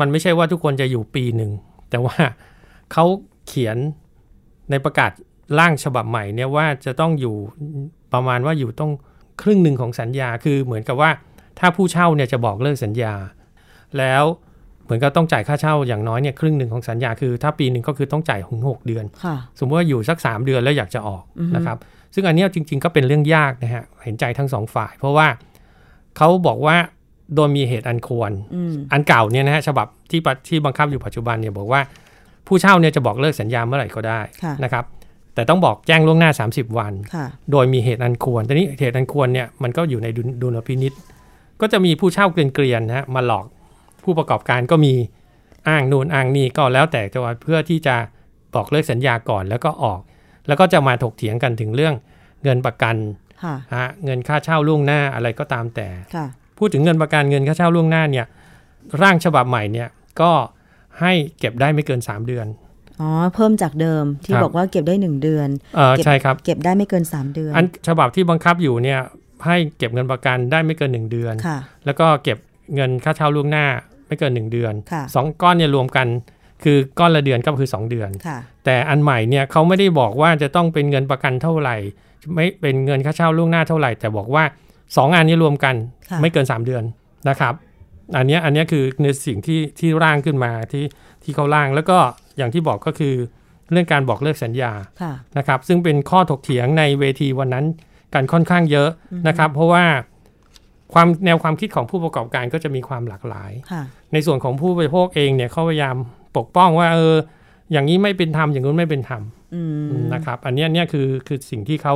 Speaker 3: มันไม่ใช่ว่าทุกคนจะอยู่ปีหนึ่ง แต่ว่าเขาเขียนในประกาศร่างฉบับใหม่เนี่ยว่าจะต้องอยู่ประมาณว่าอยู่ต้องครึ่งหนึ่งของสัญญาคือเหมือนกับว่าถ้าผู้เช่าเนี่ยจะบอกเลิกสัญญา แล้วเหมือนกับต้องจ่ายค่าเช่าอย่างน้อยเนี่ยครึ่งหนึ่งของสัญญาคือถ้าปีหนึ่งก็คือต้องจ่ายถึงหกเดือน
Speaker 2: ค่ะ
Speaker 3: สมมติว่าอยู่สัก 3 เดือนแล้วอยากจะออก
Speaker 2: อือฮึ
Speaker 3: นะครับ ซึ่งอันเนี้ยจริง ๆ ก็เป็นเรื่องยากนะฮะเห็นใจทั้งสองฝ่าย เพราะว่าเขาบอกว่าโดยมีเหตุอันควร
Speaker 2: อืม
Speaker 3: อันเก่าเนี่ยนะฮะฉบับที่ปะที่บังคับอยู่ปัจจุบันเนี่ยบอกว่า ผู้เช่าเนี่ยจะบอกเลิกสัญญาเมื่อไหร่ก็ได้
Speaker 2: ค่ะ
Speaker 3: นะครับ แต่ต้องบอกแจ้งล่วงหน้า 30 วัน
Speaker 2: ค่ะ
Speaker 3: โดยมีเหตุอันควรแต่นี้เหตุอันควรเนี่ยมันก็อยู่ในดุลดุลพินิษก็จะมีผู้เช่าเกลียนๆนะฮะมาหลอกผู้ประกอบการก็มีอ้างนู่นอ้างนี่ก็แล้วแต่จะว่าเพื่อที่จะบอกเลิกสัญญาก่อนแล้วก็ออก แล้วก็จะมาถกเถียงกันถึงเรื่องเงินประกัน
Speaker 2: ค่ะ
Speaker 3: ฮะเงินค่าเช่าล่วงหน้าอะไรก็ตามแต่
Speaker 2: ค่ะ
Speaker 3: พูดถึงเงินประกันเงินค่าเช่าล่วงหน้าเนี่ยร่างฉบับใหม่เนี่ยก็ให้เก็บได้ไม่เกิน 3 เดือน
Speaker 2: อ๋อ เพิ่มจากเดิมที่
Speaker 3: ครับ
Speaker 2: บอกว่าเก็บได้หนึ่งเดือน
Speaker 3: เออ
Speaker 2: เก็บ
Speaker 3: ใช่ครับ
Speaker 2: เก็บได้ไม่เกินสามเดือน
Speaker 3: อันฉบับที่บังคับอยู่เนี่ยให้เก็บเงินประกันได้ไม่เกิน 1 เดือน
Speaker 2: ค่ะ
Speaker 3: แล้วก็เก็บเงินค่าเช่าล่วงหน้าไม่เกิน 1 เดือน
Speaker 2: ค่ะ
Speaker 3: 2 ก้อนเนี่ยรวมกัน คือก้อนละเดือนก็คือ 2 เดือน
Speaker 2: ค่ะ
Speaker 3: แต่อันใหม่เนี่ยเขาไม่ได้บอกว่าจะต้องเป็นเงินประกันเท่าไหร่ ไม่เป็นเงินค่าเช่าล่วงหน้าเท่าไหร่ แต่บอกว่า 2 อันนี้รวมกัน
Speaker 2: ค่ะ
Speaker 3: ไม่เกิน 3 เดือนนะครับ อันเนี้ยอันเนี้ยคือในสิ่งที่ที่ร่างขึ้นมาที่ที่เขาร่างแล้วก็อย่างที่บอกก็คือเรื่องการบอกเลิกสัญญา
Speaker 2: ค่ะ
Speaker 3: นะครับซึ่งเป็นข้อถกเถียงในเวทีวันนั้นกันค่อนข้างเยอะนะครับ เพราะว่าความแนวความคิดของผู้ประกอบการก็จะมีความหลากหลาย
Speaker 2: ค่ะ
Speaker 3: ในส่วนของผู้บริโภคเองเนี่ยเขาพยายามปกป้องว่าเอออย่างนี้ไม่เป็นธรรมอย่างนู้นไม่เป็นธรรม
Speaker 2: อืม
Speaker 3: นะครับ อันเนี้ยเนี่ยคือคือสิ่งที่เขา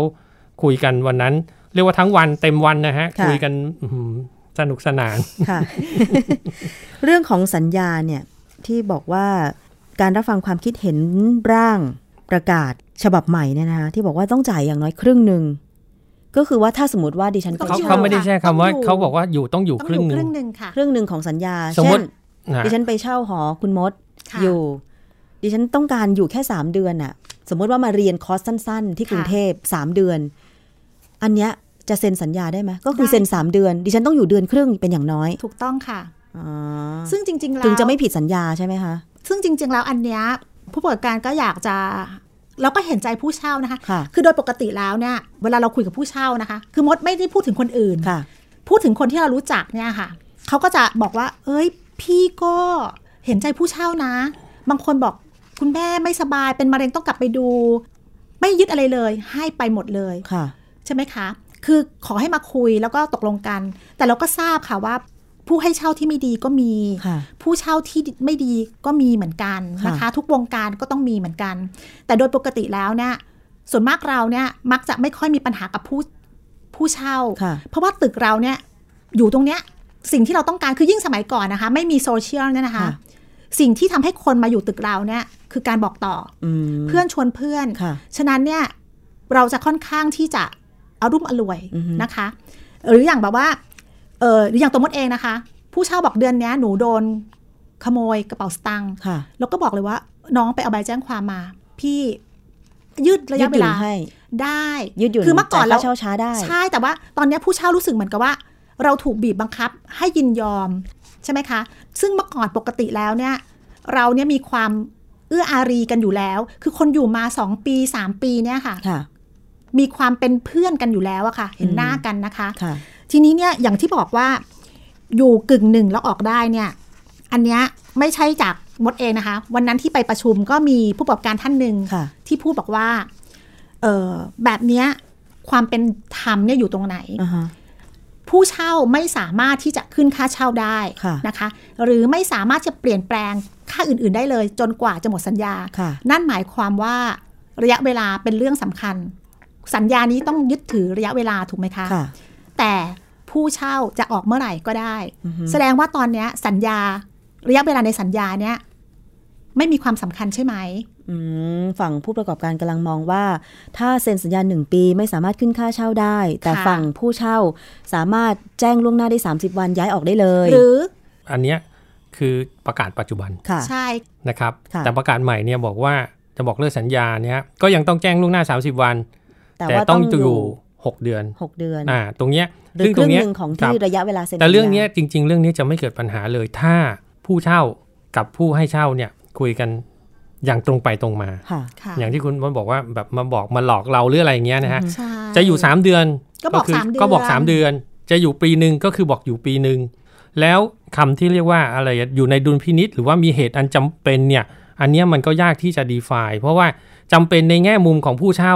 Speaker 3: คุยกันวันนั้น เรียกว่าทั้งวันเต็มวันนะฮะ
Speaker 2: ค่ะ
Speaker 3: คุยกันอื้อหือสนุกสนาน
Speaker 2: ค่ะ เรื่องของสัญญาเนี่ย ที่บอกว่าการรับฟังความคิดเห็นร่างประกาศฉบับใหม่เนี่ยนะคะที่บอกว่าต้องจ่ายอย่างน้อยครึ่งหนึ่ง ก็คือว่าถ้าสมมติว่าดิฉัน
Speaker 4: ต้อ
Speaker 2: ก็
Speaker 4: ง
Speaker 3: เขา
Speaker 4: อยู่
Speaker 3: เขาไม่ได้ใช้คำว่า
Speaker 4: ต้องอยู่
Speaker 3: เขาบอกว่าอยู่ต้องอยู่
Speaker 4: ต้อง
Speaker 3: ค
Speaker 4: อ
Speaker 3: รึ่ง
Speaker 4: ยู่
Speaker 3: ห
Speaker 4: ค
Speaker 3: นึ่
Speaker 4: รึ่
Speaker 3: ง
Speaker 4: งหนึ่งค่ะ
Speaker 2: ครึ่งหนึ่งของสัญญา
Speaker 3: สมม
Speaker 2: เช่
Speaker 3: ติ
Speaker 2: น
Speaker 3: นะ
Speaker 2: ดิฉันไปเช่าหอคุณมด
Speaker 4: ค่ะ
Speaker 2: อยู่ ดิฉันต้องการอยู่แค่สามเดือนน่ะ สมมติว่ามาเรียนคอร์สสั้น ๆ ที่กรุงเทพสามเดือน อันเนี้ยจะเซ็นสัญญาได้ไหมก็คือเซ็นสามเดือน ดิฉันต้องอยู่เดือนครึ่งเป็นอย่างน้อย
Speaker 4: ถูกต้องค่ะ
Speaker 2: อ๋อ
Speaker 4: ซึ่งจริงๆแล้ว
Speaker 2: จึงจะไม่ผิดสัญญาใช่ไหมคะ
Speaker 4: ซึ่งจริง ๆ แล้วอันเนี้ยผู้ประกอบการก็อยากจะเราก็เห็นใจผู้เช่านะคะ
Speaker 2: ค่ะ
Speaker 4: คือโดยปกติแล้วเนี่ยเวลาเราคุยกับผู้เช่านะคะ คือมดไม่ได้พูดถึงคนอื่น
Speaker 2: ค่ะ
Speaker 4: พูดถึงคนที่เรารู้จักเนี่ยค่ะ เขาก็จะบอกว่า เอ้ย พี่ก็เห็นใจผู้เช่านะ บางคนบอกคุณแม่ไม่สบายเป็นมะเร็งต้องกลับไปดู ไม่ยึดอะไรเลย ให้ไปหมดเลย
Speaker 2: ค่ะ
Speaker 4: ใช่ไหมคะ คือขอให้มาคุยแล้วก็ตกลงกัน แต่เราก็ทราบค่ะว่า ผู้ให้เช่าที่ไม่ดีก็มี
Speaker 2: ค่ะ
Speaker 4: ผู้เช่าที่ไม่ดีก็มีเหมือนกันนะคะ
Speaker 2: ค่ะ
Speaker 4: ทุกวงการก็ต้องมีเหมือนกัน แต่โดยปกติแล้วเนี่ยส่วนมากเราเนี่ยมักจะไม่ค่อยมีปัญหากับผู้ผู้เช่า
Speaker 2: ค่ะ
Speaker 4: เพราะว่าตึกเราเนี่ยอยู่ตรงเนี้ยสิ่งที่เราต้องการคือยิ่งสมัยก่อนนะคะ ไม่มีโซเชียลเนี่ยนะคะ
Speaker 2: ค่ะ
Speaker 4: สิ่งที่ทำให้คนมาอยู่ตึกเราเนี่ยคือการบอกต่อ
Speaker 2: อืม
Speaker 4: อเพื่อนชวนเพื่อน
Speaker 2: ค่ะ
Speaker 4: ฉะนั้นเนี่ยเราจะค่อนข้างที่จะอารุ่มอร่วย
Speaker 2: อือฮึ
Speaker 4: นะคะ หรืออย่างแบบว่าเออหรืออย่างตัวมดเองนะคะ ผู้เช่าบอกเดือนเนี้ยหนูโดนขโมยกระเป๋าสตังค์
Speaker 2: ค่ะ
Speaker 4: แล้วก็บอกเลยว่าน้องไปเอาใบแจ้งความมา พี่ยืดระ
Speaker 2: ยื
Speaker 4: ยะ
Speaker 2: ด
Speaker 4: เว
Speaker 2: หยุ่น
Speaker 4: ลา
Speaker 2: ให้
Speaker 4: ได้
Speaker 2: ยืดหยุ่น
Speaker 4: คือเมื่อก่อน
Speaker 2: จ่ย
Speaker 4: เรา
Speaker 2: ค่เช่าช้าได้
Speaker 4: ใช่แต่ว่าตอนเนี้ยผู้เช่ารู้สึกเหมือนกับว่า เราถูกบีบบังคับให้ยินยอมใช่ไหมคะ ซึ่งเมื่อก่อนปกติแล้วเนี่ย เราเนี่ยมีความเอื้ออารีกันอยู่แล้ว คือคนอยู่มา 2 ปี 3 ปีเนี่ยค่ะ
Speaker 2: ค่ะ
Speaker 4: มีความเป็นเพื่อนกันอยู่แล้วอะค่ะ เห็น
Speaker 2: อืม
Speaker 4: หน้ากันนะคะ
Speaker 2: ค่ะ
Speaker 4: ทีนี้เนี่ยอย่างที่บอกว่าอยู่กึ่งหนึ่งแล้วออกได้เนี่ย อันเนี้ยไม่ใช่จากมดเองนะคะ วันนั้นที่ไปประชุมก็มีผู้ประกอบการท่านหนึ่ง
Speaker 2: ค่ะ
Speaker 4: ที่พูดบอกว่า เออแบบเนี้ย ความเป็นธรรมเนี่ยอยู่ตรงไหน
Speaker 2: อ่าฮะ
Speaker 4: ผู้เช่าไม่สามารถที่จะขึ้นค่าเช่าได้
Speaker 2: ค่ะ
Speaker 4: นะคะ หรือไม่สามารถจะเปลี่ยนแปลงค่าอื่น ๆ ได้เลย จนกว่าจะหมดสัญญา
Speaker 2: ค่ะ
Speaker 4: นั่นหมายความว่าระยะเวลาเป็นเรื่องสำคัญ สัญญานี้ต้องยึดถือระยะเวลาถูกไหมคะ
Speaker 2: ค่ะ
Speaker 4: แต่ผู้เช่าจะออกเมื่อไหร่ก็ได้ แสดงว่าตอนเนี้ยสัญญาระยะเวลาในสัญญาเนี้ยไม่มีความสำคัญใช่ไหม
Speaker 2: อืมฝั่งผู้ประกอบการกำลังมองว่า ถ้าเซ็นสัญญาหนึ่งปีไม่สามารถขึ้นค่าเช่าได้ แต่
Speaker 4: ค่ะ
Speaker 2: ฝั่งผู้เช่าสามารถแจ้งล่วงหน้าได้ 30 วันย้ายออกได้เลย
Speaker 4: หรือ
Speaker 3: อันเนี้ยคือประกาศปัจจุบัน
Speaker 2: ค่ะ
Speaker 4: ใช่
Speaker 3: นะครับ
Speaker 2: ค่ะ
Speaker 3: แต่ประกาศใหม่เนี่ยบอกว่าจะบอกเลิกสัญญาเนี่ยก็ยังต้องแจ้งล่วงหน้า 30 วัน แต่
Speaker 2: ว่า
Speaker 3: ต้องอยู่ 6 เดือน
Speaker 2: 6เดือน
Speaker 3: อ่าตรงเนี้ย
Speaker 2: หรือค
Speaker 3: ต
Speaker 2: รึ่ง
Speaker 3: เย
Speaker 2: หนึ่งของ
Speaker 3: ครับ
Speaker 2: ที่ระยะเวลาเซ็น
Speaker 3: แต่เรื่องเนี้ย
Speaker 2: สัญญา
Speaker 3: จริง ๆ เรื่องนี้จะไม่เกิดปัญหาเลย ถ้าผู้เช่ากับผู้ให้เช่าเนี่ยคุยกันอย่างตรงไปตรงมา
Speaker 2: ค่ะ
Speaker 4: ค่ะ
Speaker 3: อย่างที่คุณมันบอกว่าแบบมาบอกมาหลอกเราหรืออะไรอย่างเงี้ยนะฮะ
Speaker 4: ใช่
Speaker 3: จะอยู่ 3 เดือน
Speaker 4: ก็บอก
Speaker 3: คื
Speaker 4: สามเดือน
Speaker 3: ก็บอก 3 เดือน จะอยู่ปีหนึ่งก็คือบอกอยู่ปีหนึ่งแล้วคำที่เรียกว่าอะไรอะอยู่ในดุลพินิษหรือว่ามีเหตุอันจำเป็นเนี่ยอันเนี้ยมันก็ยากที่จะ define เพราะว่าจำเป็นในแง่มุมของผู้เช่า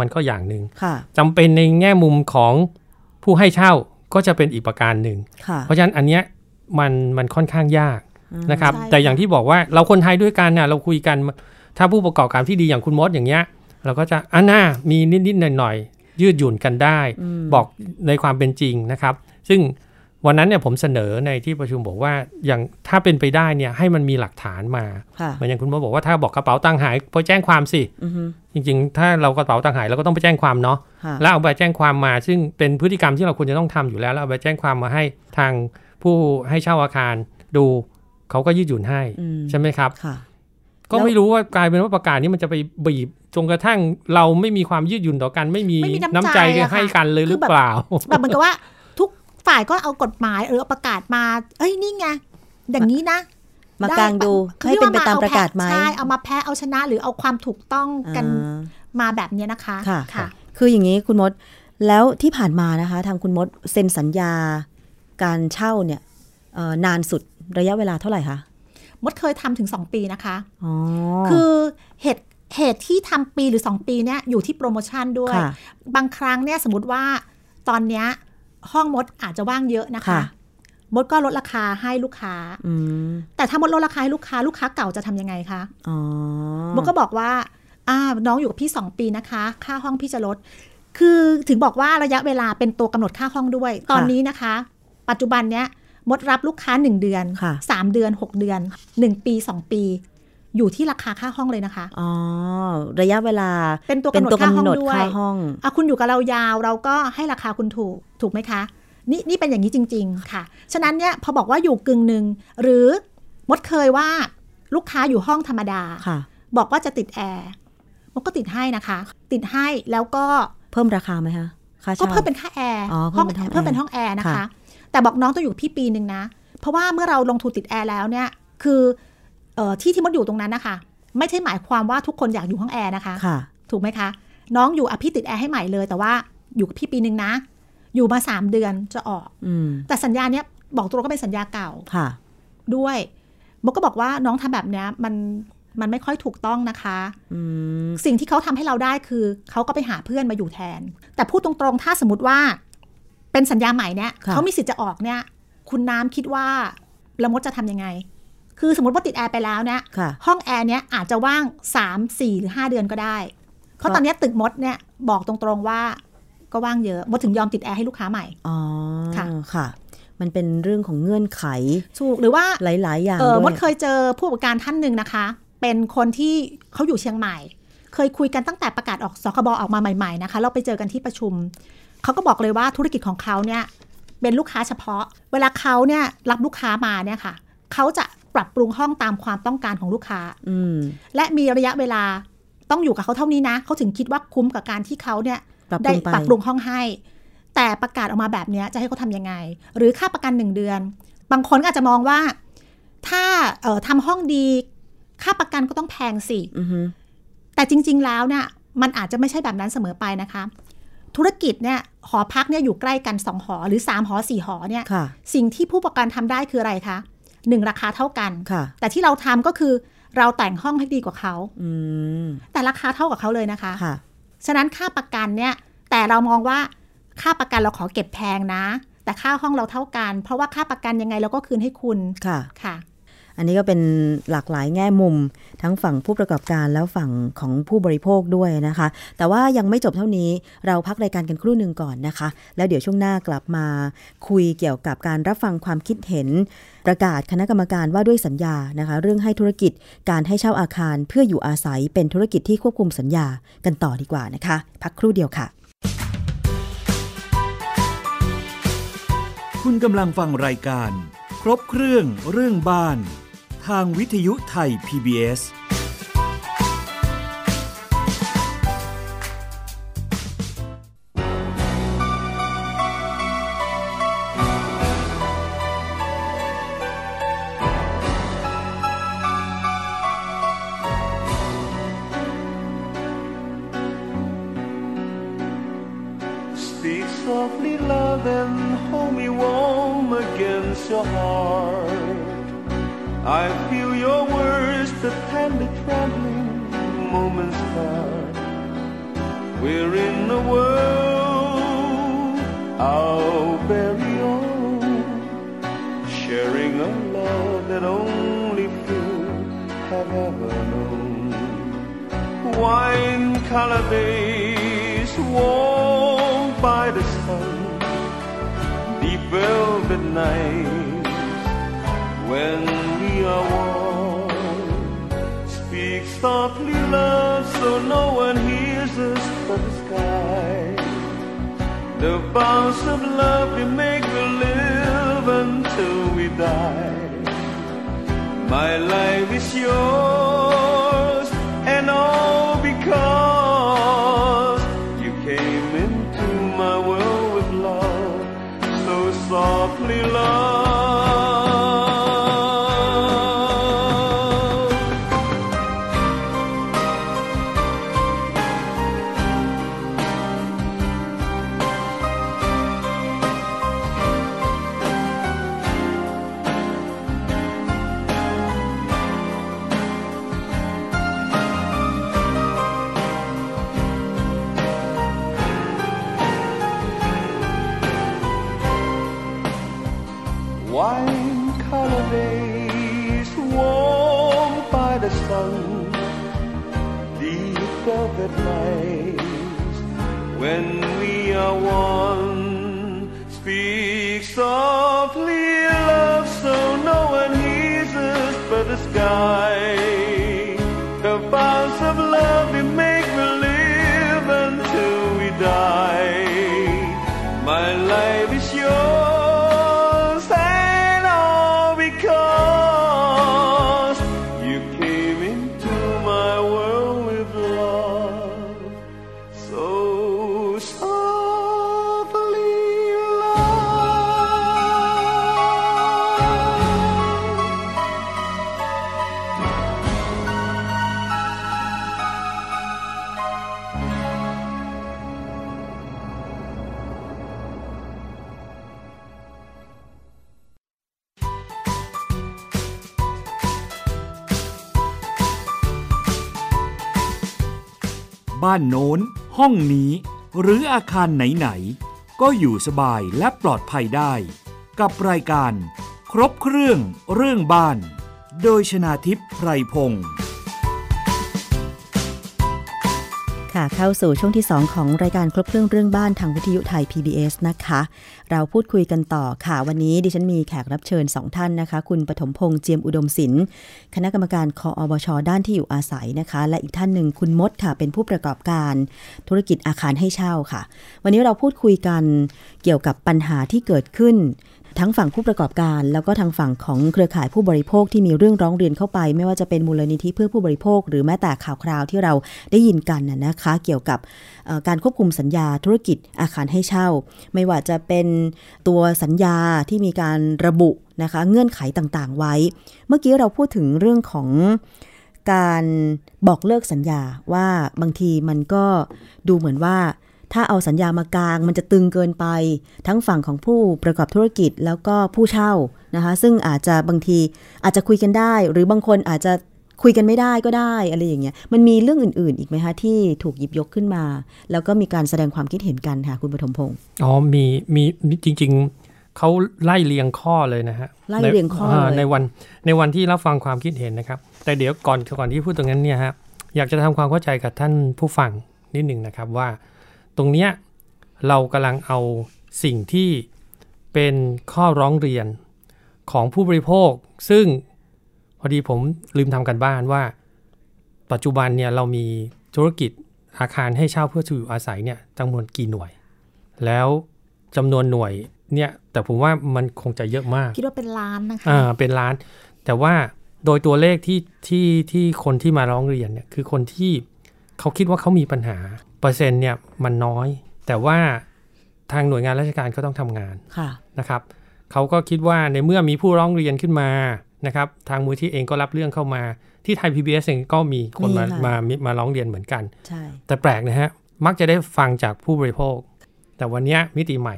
Speaker 3: มันก็อย่างหนึ่ง
Speaker 2: ค่ะ
Speaker 3: จำเป็นในแง่มุมของผู้ให้เช่าก็จะเป็นอีกประการหนึ่ง
Speaker 2: ค่ะ
Speaker 3: เพราะฉะนั้นอันเนี้ยมันมันค่อนข้างยากนะครับ
Speaker 4: ใช่
Speaker 3: แต่อย่างที่บอกว่าเราคนไทยด้วยกันน่ะเราคุยกันถ้าผู้ประกอบการที่ดีอย่างคุณมดอย่างเงี้ย เราก็จะอันน่ามีนิดๆหน่อยๆ ยืดหยุ่นกันได้ บอกในความเป็นจริงนะครับ ซึ่งวันนั้นเนี่ยผมเสนอในที่ประชุมบอกว่าอย่างถ้าเป็นไปได้เนี่ยให้มันมีหลักฐานมา
Speaker 2: ค่ะ
Speaker 3: เหมือนอย่างคุณมดบอกว่าถ้าบอกกระเป๋าตังค์หายไปแจ้งความสิจริง ๆ ถ้าเรากระเป๋าตังค์หายเราก็ต้องไปแจ้งความเนาะ
Speaker 2: ค่ะ
Speaker 3: แล้วเอาใบแจ้งความมา ซึ่งเป็นพฤติกรรมที่เราควรจะต้องทำอยู่แล้วแล้วเอาใบแจ้งความมาให้ทางผู้ให้เช่าอาคารดูเขาก็ยืดหยุ่นให้
Speaker 2: อืม
Speaker 3: ใช่ไหมครับ
Speaker 2: ค่ะ
Speaker 3: ก็ไม่รู้ว่ากลายเป็นว่าประกาศนี้มันจะไปบีบจนกระทั่งเราไม่มีความยืดหยุ่นต่อกัน ไม่มี
Speaker 4: ไม่มีน้ำ
Speaker 3: น้ำ
Speaker 4: ใจ
Speaker 3: ใจ
Speaker 4: อะค่ะ
Speaker 3: ให้กันเลย
Speaker 4: คื
Speaker 3: ห
Speaker 4: อ
Speaker 3: รือ
Speaker 4: แบบ
Speaker 3: เปล่า
Speaker 4: แบบเหมือนกับว่าทุกฝ่ายก็เอากฎหมายหรือเอาประกาศมา เอ้ยนี่ไงอย่างนี้นะ
Speaker 2: มาก
Speaker 4: ได้
Speaker 2: ลางดู
Speaker 4: ปะ
Speaker 2: ให้เป็นไปตามประกาศไหม
Speaker 4: ใช่เอามาแพ้เอาชนะ หรือเอาความถูกต้องกัน
Speaker 2: อ่า
Speaker 4: มาแบบเนี้ยนะคะ
Speaker 2: ค่ะ คืออย่างนี้คุณมด แล้วที่ผ่านมานะคะ ทางคุณมดเซ็นสัญญาการเช่าเนี่ยเอ่อนานสุดระยะเวลาเท่าไหร่คะ
Speaker 4: มดเคยทำถึง 2 ปีนะคะ
Speaker 2: อ๋อ
Speaker 4: คือเหตุเหตุที่ทำปีหรือ 2 ปีเนี่ยอยู่ที่โปรโมชั่นด้วย
Speaker 2: ค่ะ
Speaker 4: บางครั้งเนี่ยสมมติว่าตอนเนี้ยห้องมดอาจจะว่างเยอะนะคะ
Speaker 2: ค่ะ
Speaker 4: มดก็ลดราคาให้ลูกค้า
Speaker 2: อืม
Speaker 4: แต่ถ้ามดลดราคาให้ลูกค้าลูกค้าเก่าจะทำยังไงคะ
Speaker 2: อ๋อ
Speaker 4: มันก็บอกว่าอ่าน้องอยู่กับพี่ 2 ปีนะคะ ค่าห้องพี่จะลด คือถึงบอกว่าระยะเวลาเป็นตัวกำหนดค่าห้องด้วย ตอนนี้นะคะ ปัจจุบันเนี้ยมดรับลูกค้า 1 เดือน
Speaker 2: ค่ะ
Speaker 4: 3 เดือน 6 เดือน 1 ปี 2 ปี อยู่ที่ราคาค่าห้องเลยนะคะ
Speaker 2: อ๋อ ระยะเวลา
Speaker 4: เป็นตัวกำหนดค่าห้องด้วย
Speaker 2: ค่าห้อง
Speaker 4: อ่ะคุณอยู่กับเรายาวเราก็ให้ราคาคุณถูกถูกไหมคะ นี่นี่เป็นอย่างนี้จริง ๆ ค่ะ ฉะนั้นเนี่ยพอบอกว่าอยู่กึ่งหนึ่งหรือมดเคยว่าลูกค้าอยู่ห้องธรรมดา
Speaker 2: ค่ะ
Speaker 4: บอกว่าจะติดแอร์มันก็ติดให้นะคะ ติดให้แล้วก็
Speaker 2: เพิ่มราคาไหมคะ ค่า
Speaker 4: ก็
Speaker 2: เช่า
Speaker 4: เพิ่มเป็นค่าแอร์
Speaker 2: อ๋อ
Speaker 4: ห้อง
Speaker 2: เพิ่มเป็นห้อง
Speaker 4: เพิ่มเป็น
Speaker 2: แอร์
Speaker 4: ห้องแอร์นะ
Speaker 2: ค่ะ
Speaker 4: คะ แต่บอกน้องต้องอยู่พี่ปีหนึ่งนะ เพราะว่าเมื่อเราลงทุนติดแอร์แล้วเนี่ยคือเออที่ที่มดอยู่ตรงนั้นนะคะ ไม่ใช่หมายความว่าทุกคนอยากอยู่ห้องแอร์นะคะ
Speaker 2: ค่ะ
Speaker 4: ถูกไหมคะ น้องอยู่อ่ะพี่ติดแอร์ให้ใหม่เลย แต่ว่าอยู่กับพี่ปีหนึ่งนะ อยู่มาสามเดือนจะออก
Speaker 2: อืม
Speaker 4: แต่สัญญาเนี้ยบอกตรงก็เป็นสัญญาเก่า
Speaker 2: ค่ะ
Speaker 4: ด้วยมกก็บอกว่าน้องทำแบบเนี้ยมันมันไม่ค่อยถูกต้องนะคะ
Speaker 2: อืม
Speaker 4: สิ่งที่เขาทำให้เราได้คือเขาก็ไปหาเพื่อนมาอยู่แทน แต่พูดตรงๆ ถ้าสมมติว่าเป็นสัญญาใหม่เนี่ย
Speaker 2: ค่ะ
Speaker 4: เขามีสิทธิ์จะออกเนี่ย คุณน้ำคิดว่าละมดจะทำยังไง คือสมมติว่าติดแอร์ไปแล้วเนี่ย
Speaker 2: ค่ะ
Speaker 4: ห้องแอร์เนี่ยอาจจะว่าง 3 4 หรือ 5 เดือนก็ได้ เพราะตอนเนี้ยตึกมดเนี่ยบอกตรงๆว่าก็ว่างเยอะมดถึงยอมติดแอร์ให้ลูกค้าใหม่
Speaker 2: อ๋อ
Speaker 4: ค่ะ
Speaker 2: ค่ะ มันเป็นเรื่องของเงื่อนไข
Speaker 4: ถูกหรือว่า
Speaker 2: หลาย ๆ อย่าง
Speaker 4: เออ
Speaker 2: ด้
Speaker 4: ม
Speaker 2: ว
Speaker 4: ด
Speaker 2: ย
Speaker 4: เคยเจอผู้ประกอบการท่านหนึ่งนะคะ เป็นคนที่เขาอยู่เชียงใหม่ เคยคุยกันตั้งแต่ประกาศออกสคบออกมาใหม่ ๆนะคะ เราไปเจอกันที่ประชุม เขาก็บอกเลยว่าธุรกิจของเขาเนี่ยเป็นลูกค้าเฉพาะ เวลาเขาเนี่ยรับลูกค้ามาเนี่ยค่ะ เขาจะปรับปรุงห้องตามความต้องการของลูกค้า
Speaker 2: อืม
Speaker 4: และมีระยะเวลาต้องอยู่กับเขาเท่านี้นะ เขาถึงคิดว่าคุ้มกับการที่เขาเนี่ย
Speaker 2: ปรับปรุง
Speaker 4: ได้
Speaker 2: ไป
Speaker 4: ปรับปรุงห้องให้ แต่ประกาศออกมาแบบเนี้ยจะให้เขาทำยังไง หรือค่าประกันหนึ่งเดือน บางคนก็อาจจะมองว่า ถ้าเอ่อทำห้องดี ค่าประกันก็ต้องแพงสิ
Speaker 2: อือฮึ
Speaker 4: แต่จริง ๆ แล้วเนี่ยมันอาจจะไม่ใช่แบบนั้นเสมอไปนะคะ ธุรกิจเนี่ยหอพักเนี่ยอยู่ใกล้กันสองหอ หรือสามหอสี่หอเนี่ย
Speaker 2: ค่ะ
Speaker 4: สิ่งที่ผู้ประกันทำได้คืออะไรคะหนึ่งราคาเท่ากัน
Speaker 2: ค่ะ
Speaker 4: แต่ที่เราทำก็คือเราแต่งห้องให้ดีกว่าเขา
Speaker 2: อืม
Speaker 4: แต่ราคาเท่ากับเขาเลยนะคะ
Speaker 2: ค่ะ
Speaker 4: ฉะนั้นค่าประกันเนี่ย แต แต่เรามองว่าค่าประกันเราขอเก็บแพงนะ แต่ค่าห้องเราเท่ากัน เพราะว่าค่าประกันยังไงเราก็คืนให้คุณ
Speaker 2: ค่ะ
Speaker 4: ค่ะ
Speaker 2: อันนี้ก็เป็นหลากหลายแง่มุม ทั้งฝั่งผู้ประกอบการแล้วฝั่งของผู้บริโภคด้วยนะคะ แต่ว่ายังไม่จบเท่านี้เราพักรายการกันครู่หนึ่งก่อนนะคะ แล้วเดี๋ยวช่วงหน้ากลับมา คุยเกี่ยวกับการรับฟังความคิดเห็น ประกาศคณะกรรมการว่าด้วยสัญญานะคะ เรื่องให้ธุรกิจการให้เช่าอาคารเพื่ออยู่อาศัยเป็นธุรกิจที่ควบคุมสัญญากันต่อดีกว่านะคะ พักครู่เดียวค่ะ
Speaker 1: คุณกำลังฟังรายการ ครบเครื่องเรื่องบ้าน ทางวิทยุไทย PBS
Speaker 5: Speak softly, love, and hold me warm against your heart. I feel your words, the tender trembling moments start. We're in the world, our very own, sharing a love that only few have ever known wine color days warmed by the sun, deep velvet nights when we are warm. Speak softly, love, so no one hears us but the sky. The vows of love we make will live until we die. My life is yours, and all because you came into my world with love, so softly, love. Wine color days warmed by the sun, deep velvet nights when we are one. Speak softly, love, so no one hears us but the sky. The vows of love we make will live until we die. My life is yours, and all because you came into my world with love. So softly, love.
Speaker 1: บ้านโน้น ห้องนี้ หรืออาคารไหน ๆ ก็อยู่สบายและปลอดภัยได้ กับรายการ ครบเครื่องเรื่องบ้าน โดยชนาทิพย์ไพรพงศ์
Speaker 2: ค่ะเข้าสู่ช่วงที่ 2 ของรายการครบเครื่องเรื่องบ้านทางวิทยุไทย PBS นะคะ เราพูดคุยกันต่อค่ะ วันนี้ดิฉันมีแขกรับเชิญ 2 ท่านนะคะ คุณปฐมพงษ์เจียมอุดมศิลป์คณะกรรมการคออบช ด้านที่อยู่อาศัยนะคะ และอีกท่านหนึ่งคุณมดค่ะ เป็นผู้ประกอบการธุรกิจอาคารให้เช่าค่ะ วันนี้เราพูดคุยกันเกี่ยวกับปัญหาที่เกิดขึ้น ทั้งฝั่งผู้ประกอบการแล้วก็ทางฝั่งของเครือข่ายผู้บริโภคที่มีเรื่องร้องเรียนเข้าไป ไม่ว่าจะเป็นมูลนิธิเพื่อผู้บริโภค หรือแม้แต่ข่าวคราวที่เราได้ยินกันน่ะนะคะ เกี่ยวกับเอ่อการควบคุมสัญญาธุรกิจอาคารให้เช่า ไม่ว่าจะเป็นตัวสัญญาที่มีการระบุนะคะ เงื่อนไขต่างๆ ไว้ เมื่อกี้เราพูดถึงเรื่องของ การบอกเลิกสัญญาว่าบางทีมันก็ดูเหมือนว่า ถ้าเอาสัญญามากาง มันจะตึงเกินไป ทั้งฝั่งของผู้ประกอบธุรกิจแล้วก็ผู้เช่านะคะ ซึ่งอาจจะบางทีอาจจะคุยกันได้ หรือบางคนอาจจะ คุยกันไม่ได้ก็ได้อะไรอย่างเงี้ยมันมีเรื่องอื่นๆ อีกไหมคะที่ถูกหยิบยกขึ้นมา แล้วก็มีการแสดงความคิดเห็นกันค่ะ คุณปฐมพงศ์
Speaker 3: อ๋อมีมีมีจริง ๆเขาไล่เรียงข้อเลยนะฮะ
Speaker 2: ไล่เรียงข้อเลย
Speaker 3: าในวันในวันที่รับฟังความคิดเห็นนะครับ แต่เดี๋ยวก่อนก่อนที่พูดตรงนั้นเนี่ยฮะอยากจะทำความเข้าใจกับท่านผู้ฟังนิดหนึ่งนะครับว่า ตรงเนี้ยเรากำลังเอาสิ่งที่เป็นข้อร้องเรียนของผู้บริโภค ซึ่งพอดีผมลืมทำกันบ้านว่า ปัจจุบันเนี่ยเรามีธุรกิจอาคารให้เช่าเพื่ออยู่อาศัยเนี่ยจำนวนกี่หน่วย แล้วจำนวนหน่วยเนี่ยแต่ผมว่ามันคงจะเยอะมาก
Speaker 4: คิดว่าเป็นล้านนะคะ
Speaker 3: อ่าเป็นล้าน แต่ว่าโดยตัวเลขที่ที่ที่คนที่มาร้องเรียนเนี่ยคือคนที่เขาคิดว่าเขามีปัญหา เปอร์เซ็นต์เนี่ยมันน้อย แต่ว่าทางหน่วยงานราชการก็ต้องทำงาน
Speaker 2: ค่ะ
Speaker 3: นะครับเขาก็คิดว่าในเมื่อมีผู้ร้องเรียนขึ้นมานะครับทางมูลที่เองก็รับเรื่องเข้ามา ที่ไทย PBS เองก็มีคนมา
Speaker 2: มีค่ะ
Speaker 3: มามาร้องเรียนเหมือนกัน
Speaker 2: ใช่
Speaker 3: แต่แปลกนะฮะ มักจะได้ฟังจากผู้บริโภค แต่วันเนี้ยมิติใหม่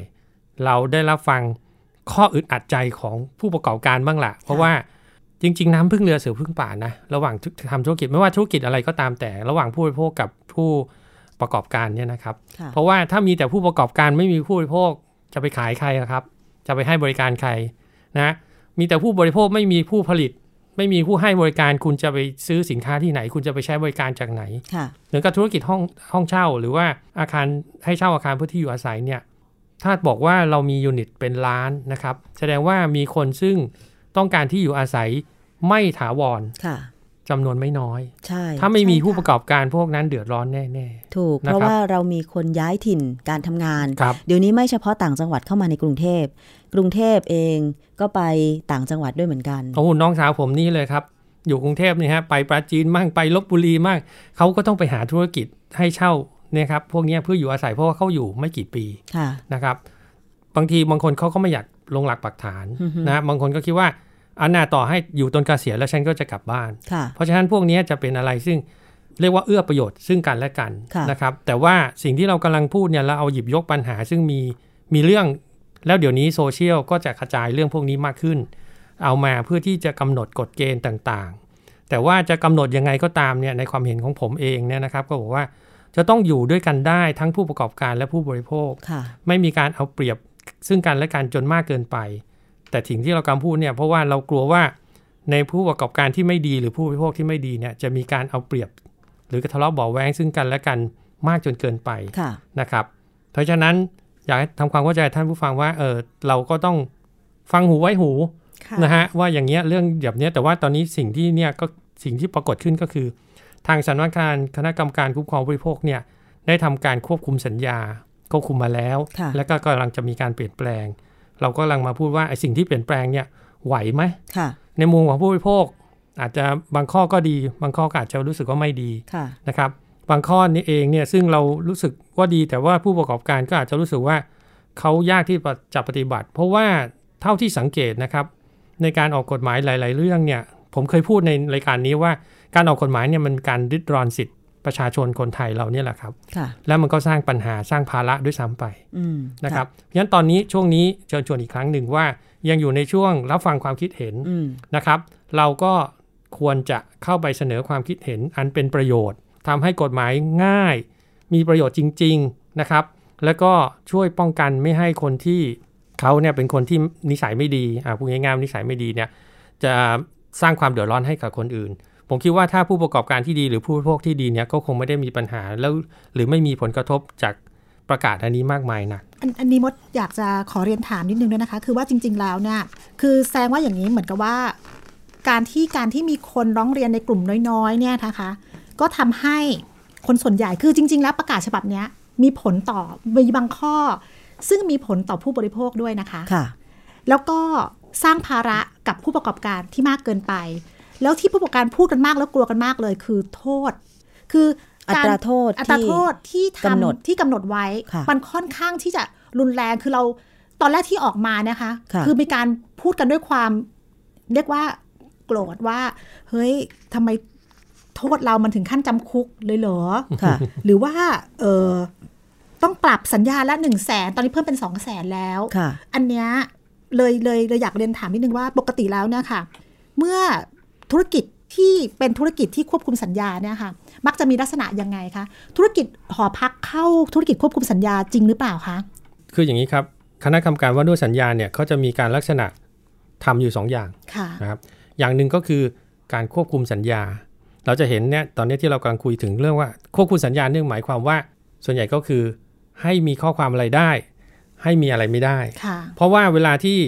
Speaker 3: เราได้รับฟังข้ออึดอัดใจของผู้ประกอบการบ้างละเพราะว่าจริง ๆ น้ำพึ่งเรือเสือพึ่งป่านะระหว่างทุกทำธุรกิจไม่ว่าธุรกิจอะไรก็ตามแต่ ระหว่างผู้บริโภคกับผู้ประกอบการเนี่ยนะครับ
Speaker 2: ค่ะ
Speaker 3: เพราะว่าถ้ามีแต่ผู้ประกอบการไม่มีผู้บริโภคจะไปขายใครอะครับ จะไปให้บริการใครนะมีแต่ผู้บริโภคไม่มีผู้ผลิต ไม่มีผู้ให้บริการคุณจะไปซื้อสินค้าที่ไหน คุณจะไปใช้บริการจากไหน
Speaker 2: ค่ะ
Speaker 3: เหมือนกับธุรกิจห้องห้องเช่า หรือว่าอาคารให้เช่าอาคารเพื่อที่อยู่อาศัยเนี่ยถ้าบอกว่าเรามียูนิตเป็นล้านนะครับ แสดงว่ามีคนซึ่งต้องการที่อยู่อาศัยไม่ถาวร
Speaker 2: ค่ะ
Speaker 3: จำนวนไม่น้อย
Speaker 2: ใช่
Speaker 3: ถ้าไม่มีผู้ประกอบการพวกนั้นเดือดร้อนแน่
Speaker 2: ถูก
Speaker 3: นะครับ
Speaker 2: เพราะว่าเรามีคนย้ายถิ่นการทำงาน
Speaker 3: ๆครับ
Speaker 2: เดี๋ยวนี้ไม่เฉพาะต่างจังหวัดเข้ามาในกรุงเทพ กรุงเทพเองก็ไปต่างจังหวัดด้วยเหมือนกัน
Speaker 3: โอ้โหน้องสาวผมนี่เลยครับ อยู่กรุงเทพนี่ฮะไปปราจีนมั่งไปลบบุรีมั่งเขาก็ต้องไปหาธุรกิจให้เช่าเนี่ยครับพวกเนี้ยเพื่ออยู่อาศัยเพราะว่าเขาอยู่ไม่กี่ปี
Speaker 2: ค่ะ
Speaker 3: นะครับบางทีบางคนเขาก็ไม่อยากลงหลักปักฐานนะบางคนก็คิดว่าอันน่าต่อให้อยู่ตนเกษียณแล้วฉันก็จะกลับบ้าน
Speaker 2: ค่ะ
Speaker 3: เพราะฉะนั้นพวกนี้จะเป็นอะไรซึ่งเรียกว่าเอื้อประโยชน์ซึ่งกันและกัน
Speaker 2: ค่ะ
Speaker 3: นะครับแต่ว่าสิ่งที่เรากำลังพูดเนี่ยเราเอาหยิบยกปัญหาซึ่งมีมีเรื่องแล้วเดี๋ยวนี้โซเชียลก็จะกระจายเรื่องพวกนี้มากขึ้น เอามาเพื่อที่จะกำหนดกฎเกณฑ์ต่างๆ แต่ว่าจะกำหนดยังไงก็ตามเนี่ยในความเห็นของผมเองเนี่ยนะครับก็บอกว่าจะต้องอยู่ด้วยกันได้ทั้งผู้ประกอบการและผู้บริโภค
Speaker 2: ค่ะ
Speaker 3: ไม่มีการเอาเปรียบซึ่งกันและกันจนมากเกินไป แต่ถึงที่เรากำลังพูดเนี่ยเพราะว่าเรากลัวว่าในผู้ประกอบการที่ไม่ดีหรือผู้บริโภคที่ไม่ดีเนี่ยจะมีการเอาเปรียบ หรือกระทะเลาะเบาะแว้งซึ่งกันและกันมากจนเกินไป
Speaker 2: ค่ะ
Speaker 3: นะครับ เพราะฉะนั้นอยากให้ทำความเข้าใจท่านผู้ฟังว่าเออเราก็ต้องฟังหูไว้หู
Speaker 4: ค่ะ
Speaker 3: นะฮะว่าอย่างเงี้ยเรื่องแบบเนี้ยแต่ว่าตอนนี้สิ่งที่เนี่ยก็สิ่งที่ปรากฏขึ้นก็คือ ทางสำนักงานคณะกรรมการคุ้มครองผู้บริโภคเนี่ยได้ทำการควบคุมสัญญาควบคุมมาแล้ว
Speaker 2: ค่ะ
Speaker 3: แล้วก็กำลังจะมีการเปลี่ยนแปลง เราก็กำลังมาพูดว่าไอ้สิ่งที่เปลี่ยนแปลงเนี่ยไหวไหม
Speaker 2: ค่ะ
Speaker 3: ในมุมของผู้บริโภค อาจจะบางข้อก็ดี บางข้อก็อาจจะรู้สึกว่าไม่ดี
Speaker 2: ค่ะ
Speaker 3: นะครับบางข้อนี้เองเนี่ยซึ่งเรารู้สึกว่าดีแต่ว่าผู้ประกอบการก็อาจจะรู้สึกว่าเขายากที่จะปฏิบัติ เพราะว่าเท่าที่สังเกตนะครับ ในการออกกฎหมายหลาย ๆ เรื่องเนี่ยผมเคยพูดในรายการนี้ว่าการออกกฎหมายเนี่ยมันการริดรอนสิทธิประชาชนคนไทยเราเนี่ยแหละครับ
Speaker 2: ค่ะ
Speaker 3: แล้วมันก็สร้างปัญหาสร้างภาระด้วยซ้ำไป
Speaker 2: อืม
Speaker 3: นะครับเพราะฉะนั้นตอนนี้ช่วงนี้เชิญชวนอีกครั้งหนึ่งว่า ยังอยู่ในช่วงรับฟังความคิดเห็น
Speaker 2: อืม
Speaker 3: นะครับ เราก็ควรจะเข้าไปเสนอความคิดเห็นอันเป็นประโยชน์ทำให้กฎหมายง่าย มีประโยชน์จริง ๆนะครับ แล้วก็ช่วยป้องกันไม่ให้คนที่เขาเนี่ยเป็นคนที่นิสัยไม่ดีอ่าพูดง่ายๆว่านิสัยไม่ดีเนี่ยจะสร้างความเดือดร้อนให้กับคนอื่น ผมคิดว่าถ้าผู้ประกอบการที่ดีหรือผู้บริโภคที่ดีเนี่ยก็คงไม่ได้มีปัญหาแล้วหรือไม่มีผลกระทบจากประกาศอันนี้มากมายนัก
Speaker 4: อันอันนี้มดอยากจะขอเรียนถามนิดนึงด้วยนะคะ คือว่าจริง ๆ แล้วเนี่ยคือแสดงว่าอย่างนี้เหมือนกับว่า การที่การที่มีคนร้องเรียนในกลุ่มน้อยๆเนี่ยนะคะ ก็ทำให้คนส่วนใหญ่คือจริง ๆ แล้วประกาศฉบับเนี้ยมีผลต่อมีบางข้อ ซึ่งมีผลต่อผู้บริโภคด้วยนะคะ
Speaker 2: ค่ะ
Speaker 4: แล้วก็สร้างภาระกับผู้ประกอบการที่มากเกินไป แล้วที่ผู้ประกอบการพูดกันมากแล้วกลัวกันมากเลย คือโทษ คือ
Speaker 2: อั
Speaker 4: ก
Speaker 2: ตราโทษ
Speaker 4: อัตราโทษที่ทำ
Speaker 2: กำหนด
Speaker 4: ที่กำหนดไว้
Speaker 2: ค่ะ
Speaker 4: มันค่อนข้างที่จะรุนแรงคือเราตอนแรกที่ออกมานะคะ
Speaker 2: ค่ะ
Speaker 4: อมีการพูดกันด้วยความ เรียกว่าโกรธว่า เฮ้ยทำไมโทษเรามันถึงขั้นจำคุกเลยเหรอ
Speaker 2: ค่ะ
Speaker 4: หรือว่าเออต้องปรับสัญญาละหนึ่งแสนตอนนี้เพิ่มเป็นสองแสนแล้ว
Speaker 2: ค่ะ
Speaker 4: อันเนี้ยเลยเลยเลยอยากเรียนถามนิดนึงว่าปกติแล้วเนี่ยค่ะ เมื่อธุรกิจ ที่เป็นธุรกิจที่ควบคุมสัญญาเนี่ยค่ะ มักจะมีลักษณะยังไงคะ ธุรกิจหอพักเข้าธุรกิจควบคุมสัญญาจริงหรือเปล่าคะ
Speaker 3: คืออย่างนี้ครับ คณะกรรมการว่าด้วยสัญญาเนี่ยเขาจะมีการลักษณะทำอยู่สองอย่าง
Speaker 4: ค่ะ
Speaker 3: นะครับอย่างหนึ่งก็คือการควบคุมสัญญา เราจะเห็นเนี่ยตอนนี้ที่เรากำลังคุยถึงเรื่องว่าควบคุมสัญญาเนื่องหมายความว่า ส่วนใหญ่ก็คือให้มีข้อความอะไรได้ ให้มีอะไรไม่ได้
Speaker 4: ค่ะ
Speaker 3: เพราะว่าเวลาที่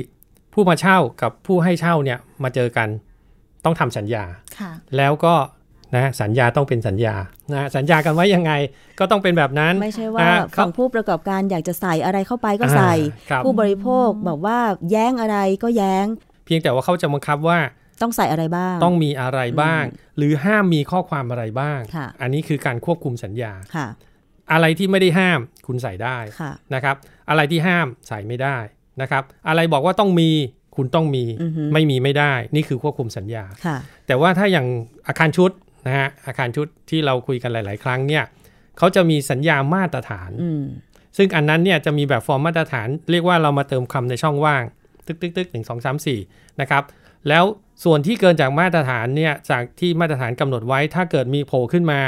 Speaker 3: ผู้มาเช่ากับผู้ให้เช่าเนี่ยมาเจอกันต้องทำสัญญา
Speaker 4: ค่ะ
Speaker 3: แล้วก็นะสัญญาต้องเป็นสัญญานะสัญญากันไว้ยังไงก็ต้องเป็นแบบนั้น
Speaker 2: ไม่ใช่ว่า
Speaker 3: นะ
Speaker 2: ฝั่ง
Speaker 3: เขา
Speaker 2: ผู้ประกอบการอยากจะใส่อะไรเข้าไปก็ใส่
Speaker 3: อ่าครับ
Speaker 2: ผู้บริโภคบอกว่าแย้งอะไรก็แย้ง
Speaker 3: เพียงแต่ว่าเขาจะบังคับว่า
Speaker 2: ต้องใส่อะไรบ้าง
Speaker 3: ต้องมีอะไรบ้าง หรือห้ามมีข้อความอะไรบ้าง
Speaker 2: ค่ะ
Speaker 3: อันนี้คือการควบคุมสัญญา
Speaker 2: ค่ะ
Speaker 3: อะไรที่ไม่ได้ห้ามคุณใส่ได้
Speaker 2: ค่ะ
Speaker 3: นะครับ อะไรที่ห้ามใส่ไม่ได้นะครับ อะไรบอกว่าต้องมีคุณต้องมี
Speaker 2: อือฮึ
Speaker 3: ไม่มีไม่ได้ นี่คือควบคุมสัญญา
Speaker 2: ค่ะ
Speaker 3: แต่ว่าถ้าอย่างอาคารชุดนะฮะอาคารชุดที่เราคุยกันหลาย ๆ ครั้งเนี่ยเขาจะมีสัญญามาตรฐาน
Speaker 2: อืม
Speaker 3: ซึ่งอันนั้นเนี่ยจะมีแบบฟอร์มมาตรฐาน เรียกว่าเรามาเติมคำในช่องว่าง ตึกตึกตึกหนึ่งสองสามสี่นะครับ แล้วส่วนที่เกินจากมาตรฐานเนี่ยจากที่มาตรฐานกำหนดไว้ถ้าเกิดมีโผล่ขึ้นมา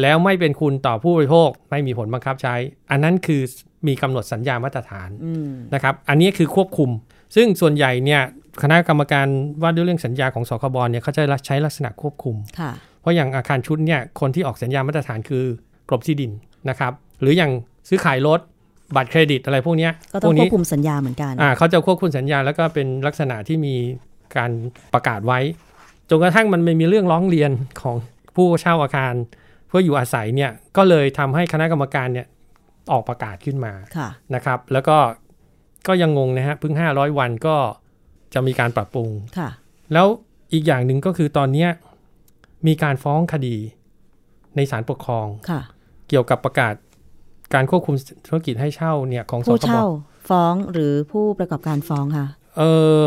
Speaker 3: แล้วไม่เป็นคุณต่อผู้บริโภคไม่มีผลบังคับใช้ อันนั้นคือมีกำหนดสัญญามาตรฐาน
Speaker 2: อืม
Speaker 3: นะครับ อันนี้คือควบคุม ซึ่งส่วนใหญ่เนี่ยคณะกรรมการว่าด้วยเรื่องสัญญาของสคบเนี่ยเขาจะใช้ลักษณะควบคุม
Speaker 2: ค่ะ
Speaker 3: เพราะอย่างอาคารชุดเนี่ยคนที่ออกสัญญามาตรฐานคือกรมที่ดินนะครับ หรืออย่างซื้อขายรถบัตรเครดิตอะไรพวกเนี้ย
Speaker 2: ก็
Speaker 3: พ
Speaker 2: ต้องคว
Speaker 3: วกนี้
Speaker 2: บคุมสัญญาเหมือนกัน
Speaker 3: อ่าเขาจะควบคุมสัญญาแล้วก็เป็นลักษณะที่มีการประกาศไว้จนกระทั่งมันไม่มีเรื่องร้องเรียนของผู้เช่าอาคาร เพื่ออยู่อาศัยเนี่ยก็เลยทำให้คณะกรรมการเนี่ยออกประกาศขึ้นมา
Speaker 2: ค่ะ
Speaker 3: นะครับ แล้วก็ก็ยังงงนะฮะเพิ่ง 500 วันก็จะมีการปรับปรุง
Speaker 2: ค่ะ
Speaker 3: แล้วอีกอย่างหนึ่งก็คือตอนเนี้ยมีการฟ้องคดีในศาลปกครอง
Speaker 2: ค่ะ
Speaker 3: เกี่ยวกับประกาศการควบคุมธุรกิจให้เช่าเนี่ยของส
Speaker 2: ผู้
Speaker 3: คบ
Speaker 2: เช่าฟ้องหรือผู้ประกอบการฟ้องค่ะ
Speaker 3: เออ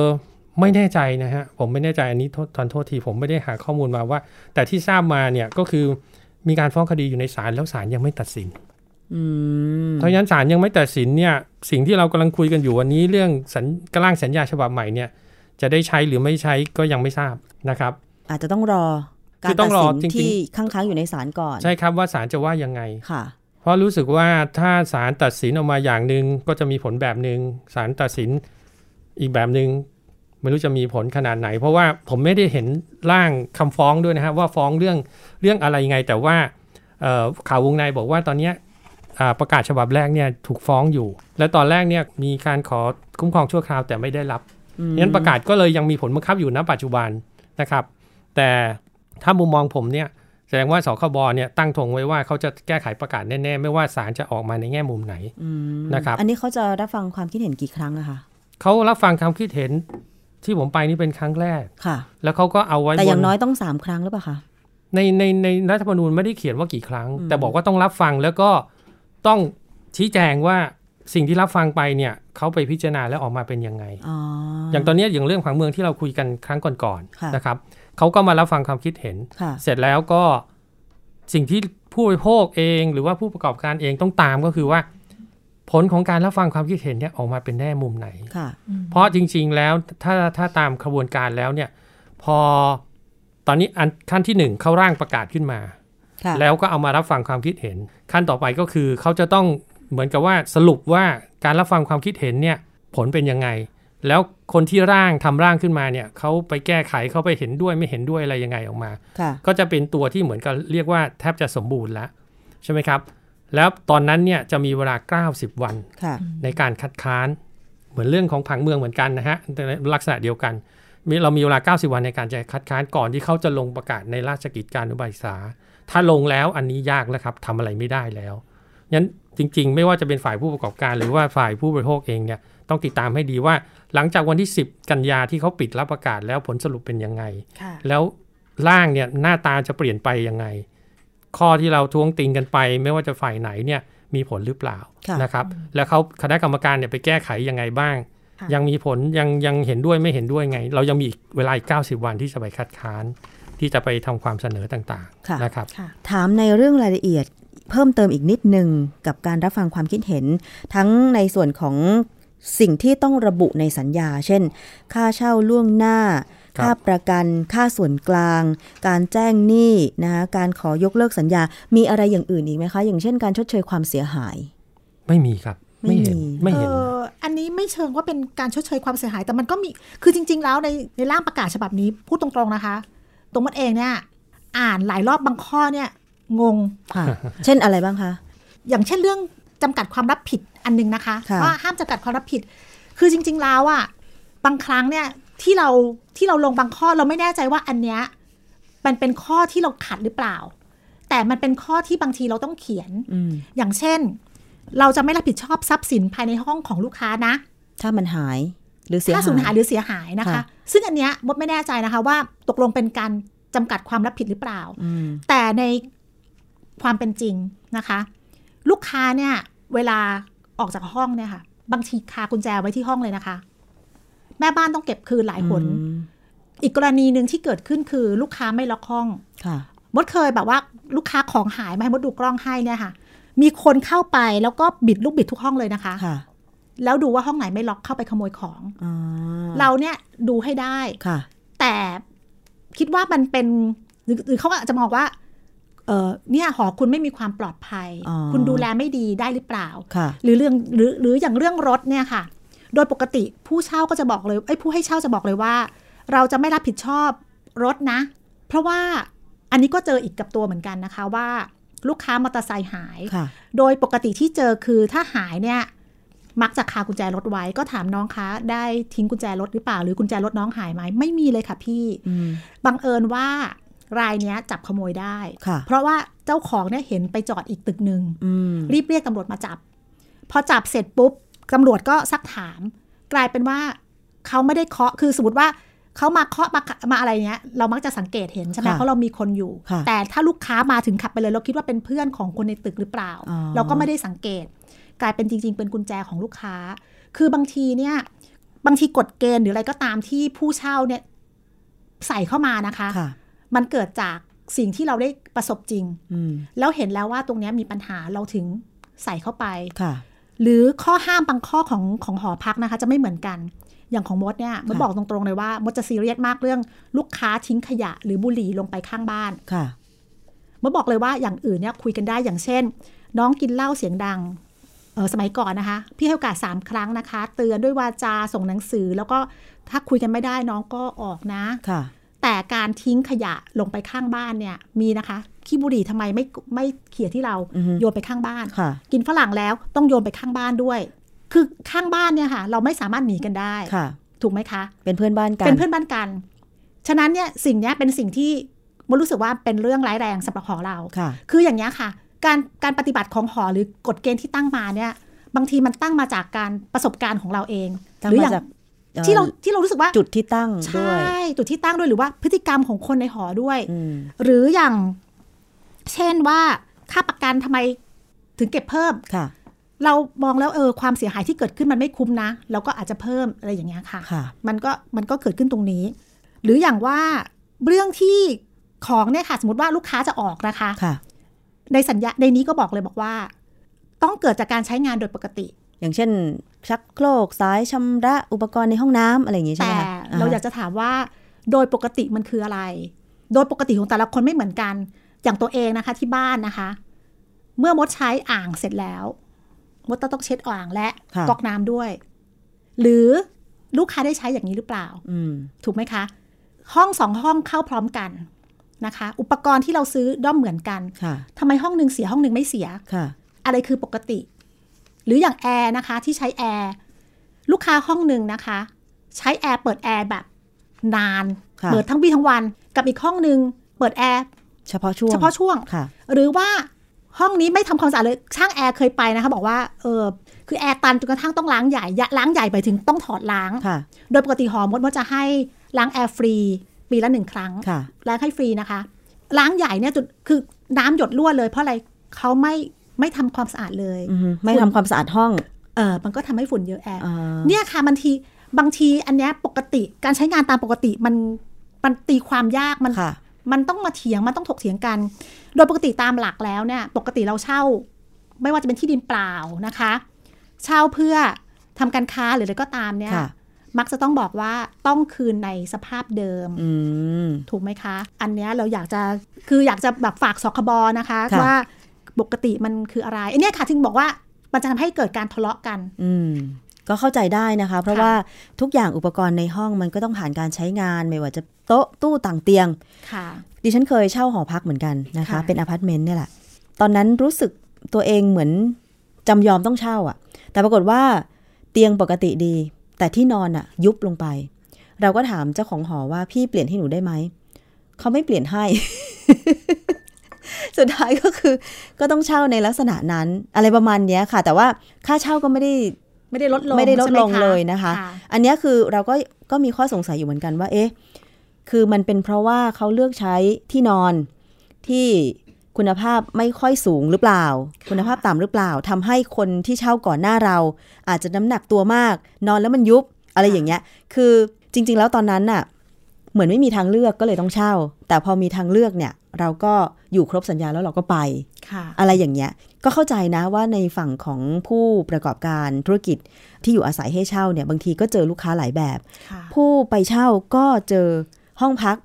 Speaker 3: ไม่แน่ใจนะฮะ ผมไม่แน่ใจอันนี้โทษทอนโทษทีผมไม่ได้หาข้อมูลมาว่า แต่ที่ทราบมาเนี่ยก็คือมีการฟ้องคดีอยู่ในศาลแล้วศาลยังไม่ตัดสิน
Speaker 2: อืม
Speaker 3: เพราะฉะนั้นศาลยังไม่ตัดสินเนี่ยสิ่งที่เรากำลังคุยกันอยู่วันนี้เรื่องสัญกร่างสัญญาฉบับใหม่เนี่ยจะได้ใช้หรือไม่ใช้ก็ยังไม่ทราบนะครับ
Speaker 2: อาจจะต้องรอ การ
Speaker 3: คือต้
Speaker 2: ตั
Speaker 3: อ
Speaker 2: ด
Speaker 3: งรอ
Speaker 2: สิน
Speaker 3: จริงๆ
Speaker 2: ที่ค้างค้างๆอยู่ในศาลก่อน
Speaker 3: ใช่ครับว่าศาลจะว่ายังไง
Speaker 2: ค่ะ
Speaker 3: เพราะรู้สึกว่าถ้าศาลตัดสินออกมาอย่างหนึ่งก็จะมีผลแบบหนึ่งศาลตัดสินอีกแบบหนึ่งไม่รู้จะมีผลขนาดไหน เพราะว่าผมไม่ได้เห็นร่างคำฟ้องด้วยนะครับว่าฟ้องเรื่องเรื่องอะไรไง แต่ว่าเอ่อข่าววงในบอกว่าตอนเนี้ยอ่าประกาศฉบับแรกเนี่ยถูกฟ้องอยู่ และตอนแรกเนี่ยมีการขอคุ้มครองชั่วคราวแต่ไม่ได้รับงั้นประกาศก็เลยยังมีผลบังคับอยู่ณปัจจุบันนะครับ แต่ถ้ามุมมองผมเนี่ย แสดงว่าสคบเนี่ยตั้งธงไว้ว่าเขาจะแก้ไขประกาศแน่ ๆ ไม่ว่าศาลจะออกมาในแง่มุมไหนนะครับ
Speaker 2: อันนี้เขาจะรับฟังความคิดเห็นกี่ครั้งอะคะ
Speaker 3: เขารับฟังความคิดเห็นที่ผมไปนี่เป็นครั้งแรก
Speaker 2: ค่ะ
Speaker 3: แล้วเขาก็เอาไว้
Speaker 2: แต่อย่าง
Speaker 3: บ
Speaker 2: น้อยต้องสามครั้งหรือเปล่าคะ
Speaker 3: ในในในรัฐธรรมนูญไม่ได้เขียนว่ากี่ครั้ง แต่บอกว่าต้องรับฟังแล้วก็ต้องชี้แจงว่าสิ่งที่รับฟังไปเนี่ยเขาไปพิจารณาแล้วออกมาเป็นยังไง
Speaker 2: อ๋อ
Speaker 3: อย่างตอนเนี้ยอย่างเรื่องผังเมืองที่เราคุยกันครั้งก่อน
Speaker 2: ค่ะ
Speaker 3: ๆนะครับเขาก็มารับฟังความคิดเห็น
Speaker 2: ค่ะ
Speaker 3: เสร็จแล้วก็สิ่งที่ผู้บริโภคเองหรือว่าผู้ประกอบการเองต้องตามก็คือว่า ผลของการรับฟังความคิดเห็นเนี่ยออกมาเป็นแน่มุมไหน
Speaker 2: ค่ะ
Speaker 3: เพราะจริง ๆ แล้วถ้าถ้าตามขบวนการแล้วเนี่ย พอตอนนี้อันขั้นที่หนึ่งเขาร่างประกาศขึ้นมา
Speaker 2: ค่ะ
Speaker 3: แล้วก็เอามารับฟังความคิดเห็น ขั้นต่อไปก็คือเขาจะต้องเหมือนกับว่าสรุปว่าการรับฟังความคิดเห็นเนี่ยผลเป็นยังไง แล้วคนที่ร่างทำร่างขึ้นมาเนี่ยเขาไปแก้ไขเขาไปเห็นด้วยไม่เห็นด้วยอะไรยังไงออกมา
Speaker 2: ค่ะ
Speaker 3: ก็จะเป็นตัวที่เหมือนกับเรียกว่าแทบจะสมบูรณ์แล้วใช่ไหมครับ แล้วตอนนั้นเนี่ยจะมีเวลา 90 วัน
Speaker 2: ค่ะ
Speaker 3: ในการคัดค้าน เหมือนเรื่องของผังเมืองเหมือนกันนะฮะแต่ในลักษณะเดียวกันมีเรามีเวลา 90 วันในการจะคัดค้านก่อนที่เขาจะลงประกาศในราชกิจการอนุบาสิกษา ถ้าลงแล้วอันนี้ยากแล้วครับทำอะไรไม่ได้แล้วงั้นจริง ๆ ไม่ว่าจะเป็นฝ่ายผู้ประกอบการ หรือว่าฝ่ายผู้บริโภคเองเนี่ยต้องติดตามให้ดีว่า หลังจากวันที่ 10 กันยาที่เขาปิดรับประกาศแล้วผลสรุปเป็นยังไง
Speaker 4: ค่ะ
Speaker 3: แล้วร่างเนี่ยหน้าตาจะเปลี่ยนไปยังไง ข้อที่เราท้วงติงกันไป ไม่ว่าจะฝ่ายไหนเนี่ยมีผลหรือเปล่า
Speaker 2: ค่ะ
Speaker 3: นะครับ แล้วเขาคณะกรรมการเนี่ยไปแก้ไขยังไงบ้าง
Speaker 4: ค่ะ
Speaker 3: ยังมีผลยังยังเห็นด้วยไม่เห็นด้วยไง เรายังมีอีกเวลาอีก 90 วันที่จะไปคัดค้าน ที่จะไปทำความเสนอต่าง
Speaker 2: ค่ะ
Speaker 3: ๆนะครับ
Speaker 4: ค่ะ
Speaker 2: ถามในเรื่องรายละเอียดเพิ่มเติมอีกนิดหนึ่งกับการรับฟังความคิดเห็น ทั้งในส่วนของสิ่งที่ต้องระบุในสัญญา เช่น ค่าเช่าล่วงหน้า
Speaker 3: ครับ
Speaker 2: ค่าประกันค่าส่วนกลาง การแจ้งหนี้นะคะการขอยกเลิกสัญญา มีอะไรอย่างอื่นอีกไหมคะ อย่างเช่นการชดเชยความเสียหาย
Speaker 3: ไม่มีครับ ไม่เห็น
Speaker 2: ไม่มี
Speaker 3: ไม่เห็น
Speaker 4: เอ่ออันนี้ไม่เชิงว่าเป็นการชดเชยความเสียหาย แต่มันก็มี คือจริง ๆ แล้วในในร่างประกาศฉบับนี้พูดตรงๆนะคะ ตรงมันเองเนี่ยอ่านหลายรอบบางข้อเนี่ยงง
Speaker 2: ค่ะ เช่นอะไรบ้างคะ
Speaker 4: อย่างเช่นเรื่องจำกัดความรับผิดอันหนึงนะคะ
Speaker 2: ค่ะ
Speaker 4: ว่าห้ามจำกัดความรับผิด คือจริง ๆ แล้วอะบางครั้งเนี่ยที่เราที่เราลงบางข้อเราไม่แน่ใจว่าอันเนี้ยมันเป็นข้อที่เราขัดหรือเปล่า แต่มันเป็นข้อที่บางทีเราต้องเขียน
Speaker 2: อืม
Speaker 4: อย่างเช่น เราจะไม่รับผิดชอบทรัพย์สินภายในห้องของลูกค้านะ
Speaker 2: ถ้ามันหายหรือเสีย
Speaker 4: ถ้าสูญหา
Speaker 2: หายย
Speaker 4: หรือเสียหายนะคะ
Speaker 2: ค่ะ
Speaker 4: ซึ่งอันเนี้ยมดไม่แน่ใจนะคะว่าตกลงเป็นการจำกัดความรับผิดหรือเปล่า
Speaker 2: อืม
Speaker 4: แต่ในความเป็นจริงนะคะ ลูกค้าเนี่ย เวลาออกจากห้องเนี่ยค่ะ บางทีคากุญแจไว้ที่ห้องเลยนะคะ แม่บ้านต้องเก็บคืนหลายคน
Speaker 2: อืม
Speaker 4: อีกกรณีหนึ่งที่เกิดขึ้นคือ ลูกค้าไม่ล็อกห้อง
Speaker 2: ค่ะ
Speaker 4: มดเคยแบบว่าลูกค้าของหายมาให้มดดูกล้องให้เนี่ยค่ะ มีคนเข้าไปแล้วก็บิดลูกบิดทุกห้องเลยนะคะ
Speaker 2: ค่ะ
Speaker 4: แล้วดูว่าห้องไหนไม่ล็อกเข้าไปขโมยของ
Speaker 2: อ๋อ
Speaker 4: เราเนี่ยดูให้ได้
Speaker 2: ค่ะ
Speaker 4: แต่คิดว่ามันเป็นหรือหรือเขาอาจจะมองว่า เออเนี่ยหอคุณไม่มีความปลอดภัย
Speaker 2: อ๋อ
Speaker 4: คุณดูแลไม่ดีได้หรือเปล่า
Speaker 2: ค่ะ
Speaker 4: หรือเรื่องหรือหรืออย่างเรื่องรถเนี่ยค่ะ โดยปกติผู้เช่าก็จะบอกเลยไอ้ยผู้ให้เช่าจะบอกเลยว่า เราจะไม่รับผิดชอบรถนะ เพราะว่าอันนี้ก็เจออีกกับตัวเหมือนกันนะคะว่า ลูกค้ามอเตอร์ไซค์หาย
Speaker 2: ค่ะ
Speaker 4: โดยปกติที่เจอคือถ้าหายเนี่ย มักจะคากุญแจรถไว้ ก็ถามน้องคะ ได้ทิ้งกุญแจรถหรือเปล่า หรือกุญแจรถน้องหายไหมไม่มีเลยค่ะพี่
Speaker 2: อืม
Speaker 4: บังเอิญว่ารายเนี้ยจับขโมยได้
Speaker 2: ค่ะ
Speaker 4: เพราะว่าเจ้าของเนี่ยเห็นไปจอดอีกตึกหนึ่ง
Speaker 2: อืม
Speaker 4: รีบเรียกตำรวจมาจับ พอจับเสร็จปุ๊บตำรวจก็ซักถาม กลายเป็นว่าเขาไม่ได้เคาะคือสมมติว่าเขามาเคาะมามาอะไรเนี้ยเรามักจะสังเกตเห็นใช่ไหม
Speaker 2: ค่ะ
Speaker 4: เพราะเรามีคนอยู่
Speaker 2: ค่ะ
Speaker 4: แต่ถ้าลูกค้ามาถึงขับไปเลย เราคิดว่าเป็นเพื่อนของคนในตึกหรือเปล่า
Speaker 2: อ๋อ
Speaker 4: เราก็ไม่ได้สังเกต กลายเป็นจริง ๆ เป็นกุญแจของลูกค้า คือบางทีเนี่ย บางทีกฎเกณฑ์หรืออะไรก็ตามที่ผู้เช่าเนี่ยใส่เข้ามานะคะ
Speaker 2: ค่ะ
Speaker 4: มันเกิดจากสิ่งที่เราได้ประสบจริง
Speaker 2: อืม
Speaker 4: แล้วเห็นแล้วว่าตรงเนี้ยมีปัญหาเราถึงใส่เข้าไป
Speaker 2: ค่ะ
Speaker 4: หรือข้อห้ามบางข้อของของหอพักนะคะ จะไม่เหมือนกัน อย่างของมดเนี่ยมด
Speaker 2: ค่ะ
Speaker 4: บอกตรงๆเลยว่ามดจะซีเรียสมากเรื่องลูกค้าทิ้งขยะ หรือบุหรี่ลงไปข้างบ้าน
Speaker 2: ค่ะ
Speaker 4: มดบอกเลยว่าอย่างอื่นเนี่ยคุยกันได้อย่างเช่น น้องกินเหล้าเสียงดังเออสมัยก่อนนะคะ พี่ให้โอกาสสามครั้งนะคะ เตือนด้วยวาจาส่งหนังสือ แล้วก็ถ้าคุยกันไม่ได้น้องก็ออกนะ
Speaker 2: ค่ะ
Speaker 4: แต่การทิ้งขยะลงไปข้างบ้านเนี่ยมีนะคะขี้บุหรี่ทำไมไม่ไม่เขี่ยที่เรา
Speaker 2: อือฮึ
Speaker 4: โยนไปข้างบ้าน
Speaker 2: ค่ะ
Speaker 4: กินฝรั่งแล้วต้องโยนไปข้างบ้านด้วย คือข้างบ้านเนี่ยค่ะ เราไม่สามารถหนีกันได้
Speaker 2: ค่ะ
Speaker 4: ถูกไหมคะ
Speaker 2: เป็นเพื่อนบ้านกัน
Speaker 4: เป็นเพื่อนบ้านกัน ฉะนั้นเนี่ยสิ่งเนี้ยเป็นสิ่งที่มนรู้สึกว่าเป็นเรื่องร้ายแรงสำหรับหอเรา
Speaker 2: ค่ะ
Speaker 4: คืออย่างเนี้ยค่ะ การการปฏิบัติของหอหรือกฎเกณฑ์ที่ตั้งมาเนี่ย บางทีมันตั้งมาจากการประสบการณ์ของเราเอง
Speaker 2: ตั้ง
Speaker 4: หรื
Speaker 2: มา
Speaker 4: ย่าง
Speaker 2: จากเอ่อ
Speaker 4: ที่เราที่เรารู้สึกว่า
Speaker 2: จุดที่ตั้ง
Speaker 4: ใช
Speaker 2: ด้วย
Speaker 4: ่จุดที่ตั้งด้วยหรือว่าพฤติกรรมของคนในหอด้วย
Speaker 2: อืม
Speaker 4: หรืออย่าง เช่นว่าค่าประกันทำไมถึงเก็บเพิ่ม
Speaker 2: ค่ะ
Speaker 4: เรามองแล้วเออความเสียหายที่เกิดขึ้นมันไม่คุ้มนะเราก็อาจจะเพิ่มอะไรอย่างเงี้ยค่ะ
Speaker 2: ค่ะ
Speaker 4: มันก็มันก็เกิดขึ้นตรงนี้ หรืออย่างว่าเรื่องที่ของเนี่ยค่ะ สมมติว่าลูกค้าจะออกนะคะ
Speaker 2: ค่ะ
Speaker 4: ในสัญญาในนี้ก็บอกเลยบอกว่า ต้องเกิดจากการใช้งานโดยปกติ
Speaker 2: อย่างเช่น ชักโครกสายชำระอุปกรณ์ในห้องน้ำอะไรอย่างงี้ใช่ไห
Speaker 4: แต่
Speaker 2: มคะ
Speaker 4: เรา
Speaker 2: ฮะ
Speaker 4: อยากจะถามว่าโดยปกติมันคืออะไร โดยปกติของแต่ละคนไม่เหมือนกัน อย่างตัวเองนะคะที่บ้านนะคะ เมื่อมดใช้อ่างเสร็จแล้ว มดต้องเช็ดอ่างและกรอกน้ำด้วย หรือลูกค้าได้ใช้อย่างนี้หรือเปล่า
Speaker 2: อืม
Speaker 4: ถูกไหมคะ ห้องสองห้องเข้าพร้อมกันนะคะ อุปกรณ์ที่เราซื้อด้อมเหมือนกัน
Speaker 2: ค่ะ
Speaker 4: ทำไมห้องหนึ่งเสียห้องหนึ่งไม่เสีย
Speaker 2: ค่ะ
Speaker 4: อะไรคือปกติ หรืออย่างแอร์นะคะที่ใช้แอร์ลูกค้าห้องหนึ่งนะคะ ใช้แอร์เปิดแอร์แบบนาน
Speaker 2: ค่ะ
Speaker 4: เปิดทั้งวี่ทั้งวันกับอีกห้องหนึ่งเปิดแอร์
Speaker 2: เฉพาะช่วง
Speaker 4: เฉพาะช่วง
Speaker 2: ค่ะ
Speaker 4: หรือว่าห้องนี้ไม่ทำความสะอาดเลยช่างแอร์เคยไปนะคะ บอกว่าเออคือแอร์ตันจนกระทั่งต้องล้างใหญ่ยะล้างใหญ่ไปถึงต้องถอดล้าง
Speaker 2: ค่ะ
Speaker 4: โดยปกติหอมดมดจะให้ล้างแอร์ฟรีปีละหนึ่งครั้ง
Speaker 2: ค่ะ
Speaker 4: ล้างให้ฟรีนะคะ ล้างใหญ่เนี่ยจุดคือน้ำหยดรั่วเลยเพราะอะไรเขาไม่ไม่ทำความสะอาดเลย
Speaker 2: อืมไม่ทำความสะอาดห้อง
Speaker 4: เออมันก็ทำให้ฝุ่นเยอะแอร์
Speaker 2: อ่า
Speaker 4: เนี่ยค่ะบางทีบางทีอันเนี้ยปกติการใช้งานตามปกติมันมันตีความยากมัน
Speaker 2: ค่ะ
Speaker 4: มันต้องมาเถียงมันต้องถกเถียงกัน โดยปกติตามหลักแล้วเนี่ย ปกติเราเช่า ไม่ว่าจะเป็นที่ดินเปล่านะคะ เช่าเพื่อทำการค้าหรืออะไรก็ตามเนี่ย
Speaker 2: ค่ะ
Speaker 4: มักจะต้องบอกว่าต้องคืนในสภาพเดิม
Speaker 2: อืม
Speaker 4: ถูกไหมคะ อันเนี้ยเราอยากจะคืออยากจะแบบฝากสคบนะคะ
Speaker 2: ค่ะ
Speaker 4: ว่าปกติมันคืออะไรอันเนี้ยค่ะถึงบอกว่ามันจะทำให้เกิดการทะเลาะกัน
Speaker 2: อืม ก็เข้าใจได้นะคะ เพราะ
Speaker 4: ค่ะ
Speaker 2: ว่าทุกอย่างอุปกรณ์ในห้องมันก็ต้องผ่านการใช้งาน ไม่ว่าจะโต๊ะตู้ต่างเตียง
Speaker 4: ค่ะ
Speaker 2: ดิฉันเคยเช่าหอพักเหมือนกันนะคะ
Speaker 4: ค่ะ
Speaker 2: เป็นอพาร์ตเมนต์เนี่ยแหละ ตอนนั้นรู้สึกตัวเองเหมือนจำยอมต้องเช่าอะ่ะ แต่ปรากฏว่าเตียงปกติดี แต่ที่นอนอะ่ะ ยุบลงไป เราก็ถามเจ้าของหอว่าพี่เปลี่ยนให้หนูได้ไหม เขาไม่เปลี่ยนให้ สุดท้ายก็คือ ก็ต้องเช่าในลักษณะนั้น อะไรประมาณเนี้ยค่ะ แต่ว่าค่าเช่าก็ไม่ได้
Speaker 4: ไม่ได้ลดลง
Speaker 2: ไม่ได้ลด
Speaker 4: ใช่ห
Speaker 2: ลงเลยนะคะ อันเนี้ยคือเราก็ก็มีข้อสงสัยอยู่เหมือนกันว่า เอ๊ะ คือมันเป็นเพราะว่าเขาเลือกใช้ที่นอนที่คุณภาพไม่ค่อยสูงหรือเปล่า คุณภาพต่ำหรือเปล่าทำให้คนที่เช่าก่อนหน้าเรา อาจจะน้ำหนักตัวมาก นอนแล้วมันยุบอะไรอย่างเงี้ย คือจริง ๆ แล้วตอนนั้นน่ะ เหมือนไม่มีทางเลือกก็เลยต้องเช่า แต่พอมีทางเลือกเนี่ย เราก็อยู่ครบสัญญาแล้วเราก็ไป
Speaker 4: ค่ะ
Speaker 2: อะไรอย่างเงี้ย ก็เข้าใจนะว่าในฝั่งของผู้ประกอบการธุรกิจที่อยู่อาศัยให้เช่าเนี่ย บางทีก็เจอลูกค้าหลายแบบ
Speaker 4: ค่ะ
Speaker 2: ผู้ไปเช่าก็เจอห้องพัก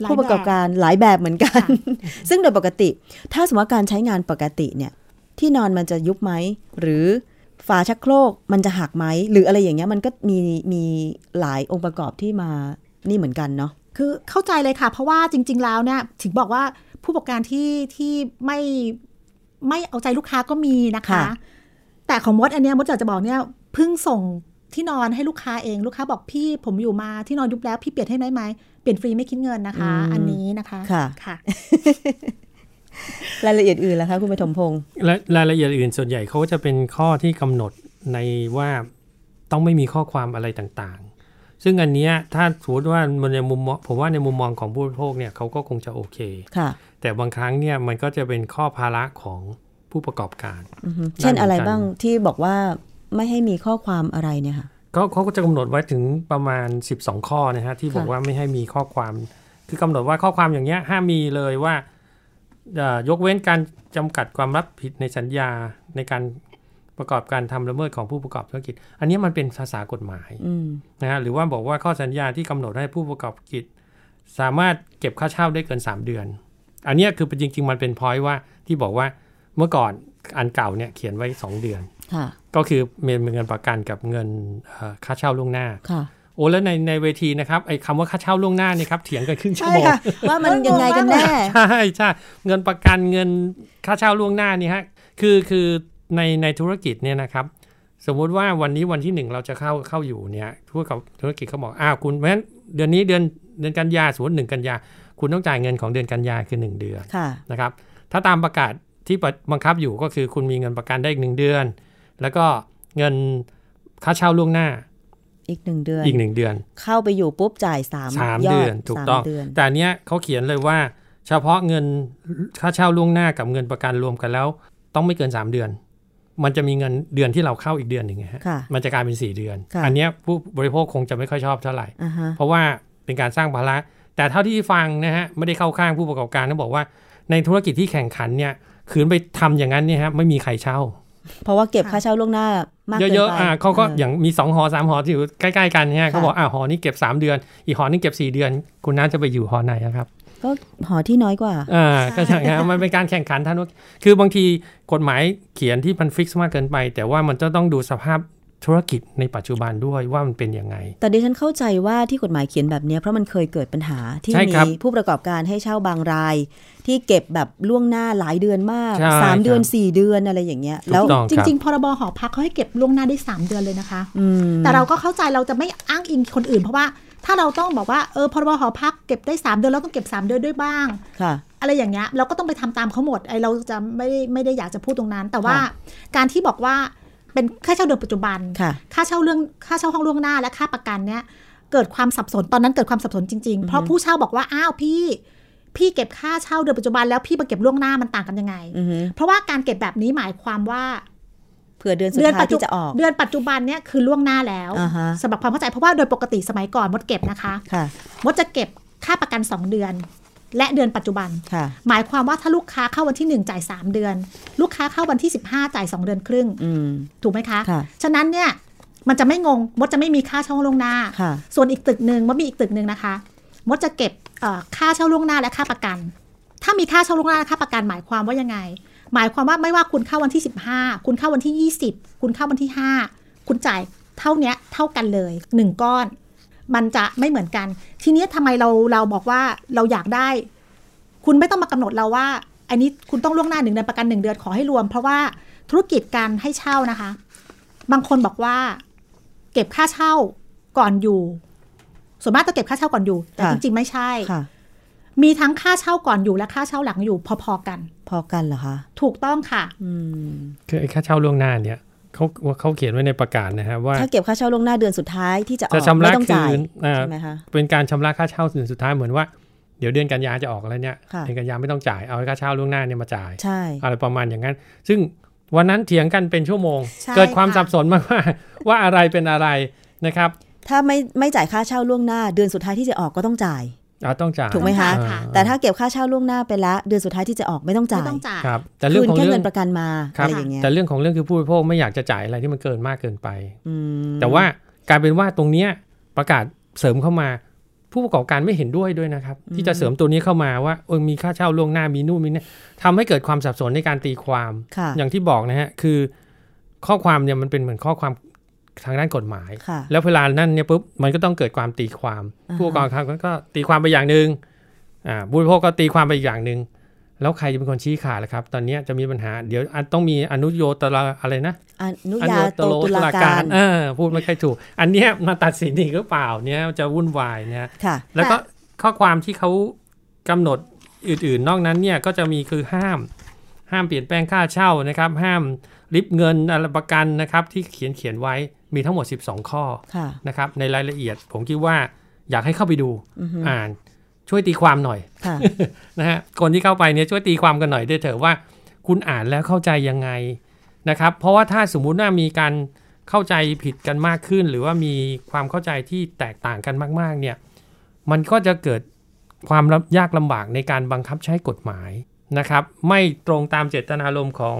Speaker 4: หลาย
Speaker 2: ผู้ประกอบการหลายแบบเหมือนกัน
Speaker 4: ค่ะ
Speaker 2: ซึ่งโดยปกติ ถ้าสมมติว่าการใช้งานปกติเนี่ย ที่นอนมันจะยุบไหม หรือฝาชักโครกมันจะหักไหม หรืออะไรอย่างเงี้ยมันก็มีมีหลายองค์ประกอบที่มานี่เหมือนกันเนาะ
Speaker 4: คือเข้าใจเลยค่ะ เพราะว่าจริง ๆ แล้วเนี่ยถึงบอกว่าผู้ประกอบการที่ที่ไม่ไม่เอาใจลูกค้าก็มีนะคะ
Speaker 2: ค่ะ
Speaker 4: แต่ของมดอันเนี้ยมดอยากจะบอกเนี่ยเพิ่งส่งที่นอนให้ลูกค้าเองลูกค้าบอกพี่ผมอยู่มาที่นอนยุบแล้วพี่เปลี่ยนให้ได้ไหมเปลี่ยนฟรีไม่คิดเงินนะคะ อันนี้นะคะ
Speaker 2: ค่ะ
Speaker 4: ค่ะ
Speaker 2: รายละเอียดอื่นล่ะคะคุณปฐมพงศ์
Speaker 3: และรายละเอียดอื่นส่วนใหญ่เขาจะเป็นข้อที่กำหนดในว่าต้องไม่มีข้อความอะไรต่างๆ ซึ่งอันเนี้ยถ้าสมมติว่ามันในมุมมองผมว่าในมุมมองของผู้บริโภคเนี่ยเขาก็คงจะโอเค
Speaker 2: ค่ะ
Speaker 3: แต่บางครั้งเนี่ยมันก็จะเป็นข้อภาระของผู้ประกอบการ
Speaker 2: อือฮึเช่นอะไร
Speaker 3: ได้เหมือนกัน
Speaker 2: บ้างที่บอกว่าไม่ให้มีข้อความอะไรเนี่ยค่ะ
Speaker 3: ก็เขาก็จะกำหนดไว้ถึงประมาณ 12 ข้อนะฮะที่บอก
Speaker 2: ค่ะ
Speaker 3: ว่าไม่ให้มีข้อความ คือกำหนดว่าข้อความอย่างเงี้ยห้ามมีเลยว่าเอ่อยกเว้นการจำกัดความรับผิดในสัญญาในการประกอบการทำละเมิดของผู้ประกอบธุรกิจ อันเนี้ยมันเป็นภาษากฎหมาย
Speaker 2: อืม
Speaker 3: นะฮะหรือว่าบอกว่าข้อสัญญาที่กำหนดให้ผู้ประกอบกิจ สามารถเก็บค่าเช่าได้เกิน 3 เดือน อันเนี้ยคือเป็นจริง ๆ มันเป็นพอยว่าที่บอกว่าเมื่อก่อนอันเก่าเนี่ยเขียนไว้ 2 เดือน
Speaker 2: ค่ะ
Speaker 3: ก็คือเป็นเงินประกันกับเงินเอ่อค่าเช่าล่วงหน้า
Speaker 2: ค่ะ
Speaker 3: โอ้แล้วในในเวทีนะครับไอ้คำว่าค่าเช่าล่วงหน้านี่ครับเถียงกันครึ่งชั่ว
Speaker 2: ใช่
Speaker 3: โมง
Speaker 2: ค่ะ ว่ามันยังไงกันแน่
Speaker 3: ใช่ใช่เงินประกันเงินค่าเช่าล่วงหน้านี่ฮะคือคือในในธุรกิจเนี่ยนะครับ สมมุติว่าวันนี้วันที่หนึ่งเราจะเข้าเข้าอยู่เนี่ยธุรกับธุรกิจเขาบอกอ้าวคุณเพราะฉะนั้นเดือนนี้เดือนเดือนกันยาสมมติหนึ่งกันยา คุณต้องจ่ายเงินของเดือนกันยาคือหนึ่งเดือน
Speaker 2: ค่ะ
Speaker 3: นะครับถ้าตามประกาศที่บังคับอยู่ก็คือคุณมีเงินประกันได้อีกหนึ่งเดือน แล้วก็เงินค่าเช่าล่วงหน้า
Speaker 2: อีกหนึ่งเดือน
Speaker 3: อีกหนึ่งเดือน
Speaker 2: เข้าไปอยู่ปุ๊บจ่ายสาม
Speaker 3: สาม
Speaker 2: ยอ
Speaker 3: เดื
Speaker 2: ด
Speaker 3: อนถูกต้อง
Speaker 2: สามเดือน
Speaker 3: แต่อันเนี้ยเขาเขียนเลยว่า เฉพาะเงินค่าเช่าล่วงหน้ากับเงินประกันรวมกันแล้ว ต้องไม่เกิน 3 เดือน มันจะมีเงินเดือนที่เราเข้าอีกเดือนหนึ่งไงฮะ
Speaker 2: ค่ะ
Speaker 3: มันจะกลายเป็น 4 เดือน
Speaker 2: ค่ะ
Speaker 3: อันเนี้ยผู้บริโภคคงจะไม่ค่อยชอบเท่าไหร่
Speaker 2: อ่าฮะ
Speaker 3: เพราะว่าเป็นการสร้างภาระ แต่เท่าที่ฟังนะฮะไม่ได้เข้าข้างผู้ประกอบการต้องบอกว่าในธุรกิจที่แข่งขันเนี่ยขืนไปทำอย่างนั้นเนี่ยฮะไม่มีใครเช่า
Speaker 2: เพราะว่าเก็บค่าเช่าล่วงหน้ามากเกินไป
Speaker 3: เยอะๆอ่ะเขาก็
Speaker 2: อ
Speaker 3: อย่างมี 2 หอ 3 หอที่อยู่ใกล้ๆกันเนี่ย
Speaker 2: ค่ะ
Speaker 3: เขาบอกอ่ะหอนี้เก็บ 3 เดือน อีกหอนี้เก็บ 4 เดือน คุณน่าจะไปอยู่หอไหนอะครับ
Speaker 2: ก็หอที่น้อยกว่า
Speaker 3: อ่าก็อย่างนั้นมันเป็นการแข่งขันท่านว่าคือบางทีกฎหมายเขียนที่มันฟิกซ์มากเกินไป แต่ว่ามันจะต้องดูสภาพธุรกิจในปัจจุบันด้วยว่ามันเป็นยังไง
Speaker 2: แต่ดิฉันเข้าใจว่าที่กฎหมายเขียนแบบเนี้ยเพราะมันเคยเกิดปัญหาที่
Speaker 3: ใช่
Speaker 2: มี
Speaker 3: ครับ
Speaker 2: ผู้ประกอบการให้เช่าบางราย ที่เก็บแบบล่วงหน้าหลายเดือนมาก
Speaker 3: ใช่
Speaker 2: สามเดือน
Speaker 3: ครับ
Speaker 2: สี่เดือนอะไรอย่างเงี้ย
Speaker 3: ถู
Speaker 2: แล้ว
Speaker 3: กต้อง
Speaker 4: จ
Speaker 3: ครับ
Speaker 4: ริง ๆ พรบหอพักเขาให้เก็บล่วงหน้าได้ 3 เดือนเลยนะคะ
Speaker 2: อืม
Speaker 4: แต่เราก็เข้าใจเราจะไม่อ้างอิงคนอื่น เพราะว่าถ้าเราต้องบอกว่าเออพรบหอพักเก็บได้ 3 เดือนแล้วต้องเก็บ 3 เดือนด้วยบ้าง
Speaker 2: ค่ะ
Speaker 4: อะไรอย่างเงี้ยเราก็ต้องไปทำตามเขาหมดไอเราจะไม่ได้ไม่ได้อยากจะพูดตรงนั้น แต่ว่า
Speaker 2: ค่ะ
Speaker 4: การที่บอกว่าเป็นค่าเช่าเดือนปัจจุบัน
Speaker 2: ค่ะ
Speaker 4: ค่าเช่าเรื่องค่าเช่าห้องล่วงหน้าและค่าประกันเนี่ยเกิดความสับสนตอนนั้นเกิดความสับสนจริงๆ เพราะผู้เช่าบอกว่าอ้าวพี่ พี่เก็บค่าเช่าเดือนปัจจุบันแล้วพี่มาเก็บล่วงหน้ามันต่างกันยังไง
Speaker 2: อือฮึ
Speaker 4: เพราะว่าการเก็บแบบนี้หมายความว่า
Speaker 2: เผื่อเดือนสุดท้าย
Speaker 4: จุ
Speaker 2: ที่จะออก
Speaker 4: เดือนปัจจุบันเนี่ยคือล่วงหน้าแล้ว
Speaker 2: อ่าฮะ
Speaker 4: สำหรับความเข้าใจเพราะว่าโดยปกติสมัยก่อนมดเก็บนะคะ
Speaker 2: ค่ะ
Speaker 4: มดจะเก็บค่าประกันสองเดือน และเดือนปัจจุบัน
Speaker 2: ค่ะ
Speaker 4: หมายความว่าถ้าลูกค้าเข้าวันที่หนึ่งจ่ายสามเดือน ลูกค้าเข้าวันที่สิบห้าจ่ายสองเดือนครึ่ง
Speaker 2: อืม
Speaker 4: ถูกไหมคะ
Speaker 2: ค่ะ
Speaker 4: ฉะนั้นเนี่ย มันจะไม่งงมดจะไม่มีค่าเช่าล่วงหน้า
Speaker 2: ค่ะ
Speaker 4: ส่วนอีกตึกหนึ่งมดมีอีกตึกหนึ่งนะคะมดจะเก็บเอ่อค่าเช่าล่วงหน้าและค่าประกัน ถ้ามีค่าเช่าล่วงหน้าและค่าประกันหมายความว่ายังไง หมายความว่าไม่ว่าคุณเข้าวันที่ 15 คุณเข้าวันที่ 20 คุณเข้าวันที่ 5 คุณจ่ายเท่าเนี้ยเท่ากันเลย 1 ก้อน มันจะไม่เหมือนกัน ทีเนี้ยทำไมเราเราบอกว่าเราอยากได้ คุณไม่ต้องมากำหนดเราว่า อันนี้คุณต้องล่วงหน้าหนึ่งเดือนประกันหนึ่งเดือนขอให้รวม เพราะว่าธุรกิจการให้เช่านะคะ บางคนบอกว่า เก็บค่าเช่าก่อนอยู่ ส่วนมากจะเก็บค่าเช่าก่อนอยู่ แต่
Speaker 2: ค่ะ
Speaker 4: จริงๆไม่ใช่
Speaker 2: ค่ะ
Speaker 4: มีทั้งค่าเช่าก่อนอยู่และค่าเช่าหลังอยู่พอๆกัน
Speaker 2: พอกันเหรอคะ
Speaker 4: ถูกต้องค่ะ
Speaker 2: อืม
Speaker 3: คือไอ้ค่าเช่าล่วงหน้าเนี่ยเขาเขาเขียนไว้ในประกาศนะฮะว่า
Speaker 2: ถ้าเก็บค่าเช่าล่วงหน้าเดือนสุดท้ายที่จะออ
Speaker 3: จะ
Speaker 2: ก
Speaker 3: ชำระ
Speaker 2: ไม่ต้อง
Speaker 3: คื
Speaker 2: จ่าย
Speaker 3: นอ่า
Speaker 2: ใช่ไหมคะ
Speaker 3: เป็นการชำระค่าเช่าส่วนสุดท้ายเหมือนว่าเดี๋ยวเดือนกันยาจะออกแล้วเนี่ย
Speaker 2: ค่ะ
Speaker 3: เดือนกันยาไม่ต้องจ่ายเอาค่าเช่าล่วงหน้าเนี่ยมาจ่าย
Speaker 2: ใช่
Speaker 3: อะไรประมาณอย่างนั้น ซึ่งวันนั้นเถียงกันเป็นชั่วโมง
Speaker 4: ใช่
Speaker 3: เกิดความ
Speaker 4: ค่ะ
Speaker 3: สับสนมาก ว่าว่าอะไรเป็นอะไรนะครับ
Speaker 2: ถ้าไม่ไม่จ่ายค่าเช่าล่วงหน้า เดือนสุดท้ายที่จะออกก็ต้องจ่าย
Speaker 3: อ่าต้องจ่าย
Speaker 2: ถูกไหมคะ
Speaker 3: อ่า
Speaker 2: แต่ถ้าเก็บค่าเช่าล่วงหน้าไปแล้วเดือนสุดท้ายที่จะออกไม่ต้อง
Speaker 4: ไม่
Speaker 2: จ่าย
Speaker 4: ต้องจ่าย
Speaker 3: ครับ แต่เรื่
Speaker 2: คื
Speaker 3: อง
Speaker 2: น
Speaker 3: ของ
Speaker 2: แค่
Speaker 3: เรื่อง
Speaker 2: เงินประกันมา
Speaker 3: ครั
Speaker 2: อะ
Speaker 3: บ
Speaker 2: ไรอย่างเงี้ย
Speaker 3: แต่เรื่องของเรื่องคือผู้บริโภคไม่อยากจะจ่ายอะไรที่มันเกินมากเกินไป
Speaker 2: อืม
Speaker 3: แต่ว่ากลายเป็นว่าตรงเนี้ยประกาศเสริมเข้ามา ผู้ประกอบการไม่เห็นด้วยด้วยนะครับ ที่จะเสริมตัวนี้เข้ามาว่าเออมีค่าเช่าล่วงหน้ามีนู่นมีนี่ทำให้เกิดความสับสนในการตีความ
Speaker 2: ค่ะ
Speaker 3: อย่างที่บอกนะฮะคือข้อความเนี่ยมันเป็นเหมือนข้อความทางด้านกฎหมาย
Speaker 2: ค่ะ
Speaker 3: แล้วเวลานั่นเนี่ยปุ๊บมันก็ต้องเกิดความตีความ
Speaker 2: อ่าฮะ
Speaker 3: ผู้ประกอบการก็ตีความไปอย่างหนึ่งอ่าผู้บริโภคก็ตีความไปอีกอย่างหนึ่งแล้วใครจะเป็นคนชี้ขาดล่ะครับ ตอนเนี้ยจะมีปัญหาเดี๋ยวอาจต้องมีอนุโยตราอะไรนะ
Speaker 2: อนุ
Speaker 3: อ
Speaker 2: ญา
Speaker 3: นุ
Speaker 2: โตตุลาการ
Speaker 3: เออพูดไม่ค่อยถูก อันเนี้ยมาตัดสินอีกหรือเปล่าเนี่ยจะวุ่นวายเนี่ย
Speaker 2: ค่ะ
Speaker 3: แล้วก็ข้อความที่เขากำหนดอื่นๆ นอกนั้นเนี่ยก็จะมีคือห้าม ห้ามเปลี่ยนแปลงค่าเช่านะครับ ห้ามริบเงินอะไรประกันนะครับ ที่เขียนเขียนไว้มีทั้งหมด 12 ข้อ
Speaker 2: ค่ะ
Speaker 3: นะครับในรายละเอียดผมคิดว่าอยากให้เข้าไปดู
Speaker 2: อือฮึ
Speaker 3: อ่านช่วยตีความหน่อย
Speaker 2: ค่ะ
Speaker 3: นะฮะคนที่เข้าไปเนี่ยช่วยตีความกันหน่อยด้วยเถอะว่าคุณอ่านแล้วเข้าใจยังไงนะครับเพราะว่าถ้าสมมุติว่ามีการเข้าใจผิดกันมากขึ้น หรือว่ามีความเข้าใจที่แตกต่างกันมากๆเนี่ยมันก็จะเกิดความลำยากลำบากในการบังคับใช้กฎหมายนะครับไม่ตรงตามเจตนารมณ์ของ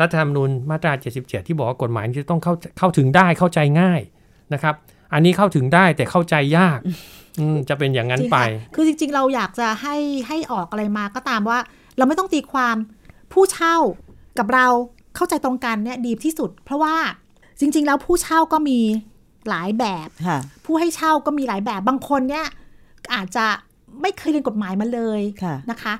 Speaker 3: รัฐธรรมนูญมาตรา 77 ที่บอกว่ากฎหมายจะต้องเข้าเข้าถึงได้เข้าใจง่ายนะครับ อันนี้เข้าถึงได้แต่เข้าใจยากอืมจะเป็นอย่างนั้นไป
Speaker 4: จริงค่ะคือจริงๆ เราอยากจะให้ให้ออกอะไรมาก็ตามว่า เราไม่ต้องตีความผู้เช่ากับเราเข้าใจตรงกันเนี่ยดีที่สุด เพราะว่าจริง ๆ แล้วผู้เช่าก็มีหลายแบบ
Speaker 2: ค่ะ
Speaker 4: ผู้ให้เช่าก็มีหลายแบบบางคนเนี่ยอาจจะไม่เคยเรียนกฎหมายมาเลย
Speaker 2: ค่ะ
Speaker 4: นะคะ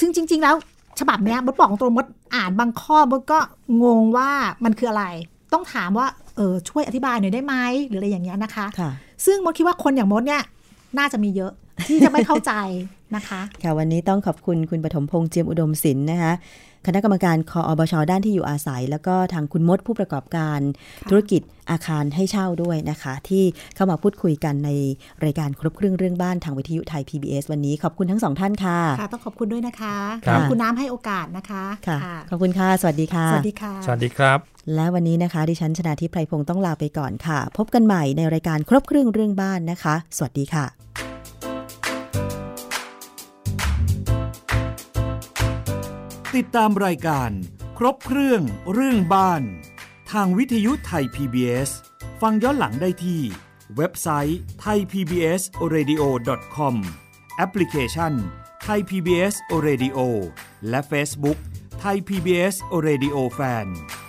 Speaker 4: ซึ่งจริง ๆ แล้วฉบับเนี้ยมดบอกตรงๆมดอ่านบางข้อมดก็งงว่ามันคืออะไร ต้องถามว่าเออช่วยอธิบายหน่อยได้ไหมหรืออะไรอย่างเงี้ยนะคะ
Speaker 2: ค่ะ
Speaker 4: ซึ่งมดคิดว่าคนอย่างมดเนี่ย น่าจะมี เยอะ ที่จะไม่เข้าใจนะคะ
Speaker 2: ค่ะวันนี้ต้องขอบคุณคุณปฐมพงษ์เจียมอุดมศิลป์นะคะคณะกรรมการคออบชด้านที่อยู่อาศัย แล้วก็ทางคุณมดผู้ประกอบการธุรกิจอาคารให้เช่าด้วยนะคะ ที่เข้ามาพูดคุยกันในรายการครบเครื่องเรื่องบ้านทางวิทยุไทย PBS วันนี้ขอบคุณทั้งสองท่านค่ะ
Speaker 4: ค่ะ ต้องขอบคุณด้วยนะคะ
Speaker 3: ครับ
Speaker 4: ขอบคุณน้ำให้โอกาสนะคะ
Speaker 2: ค่ะ
Speaker 4: ค่ะ
Speaker 2: ขอบคุณค่ะ สวัสดีค่ะ
Speaker 4: สวัสดีค่ะ
Speaker 3: สวัสดีครับ
Speaker 2: และวันนี้นะคะ ดิฉันชนาทิพไพรพงศ์ต้องลาไปก่อนค่ะ พบกันใหม่ในรายการครบเครื่องเรื่องบ้านนะคะ สวัสดีค่ะ
Speaker 1: ติดตามรายการ ครบเครื่องเรื่องบ้าน ทางวิทยุไทย PBS ฟังย้อนหลังได้ที่ เว็บไซต์ thaipbsradio.com แอปพลิเคชัน Thai PBS Radio และ Facebook Thai PBS Radio Fan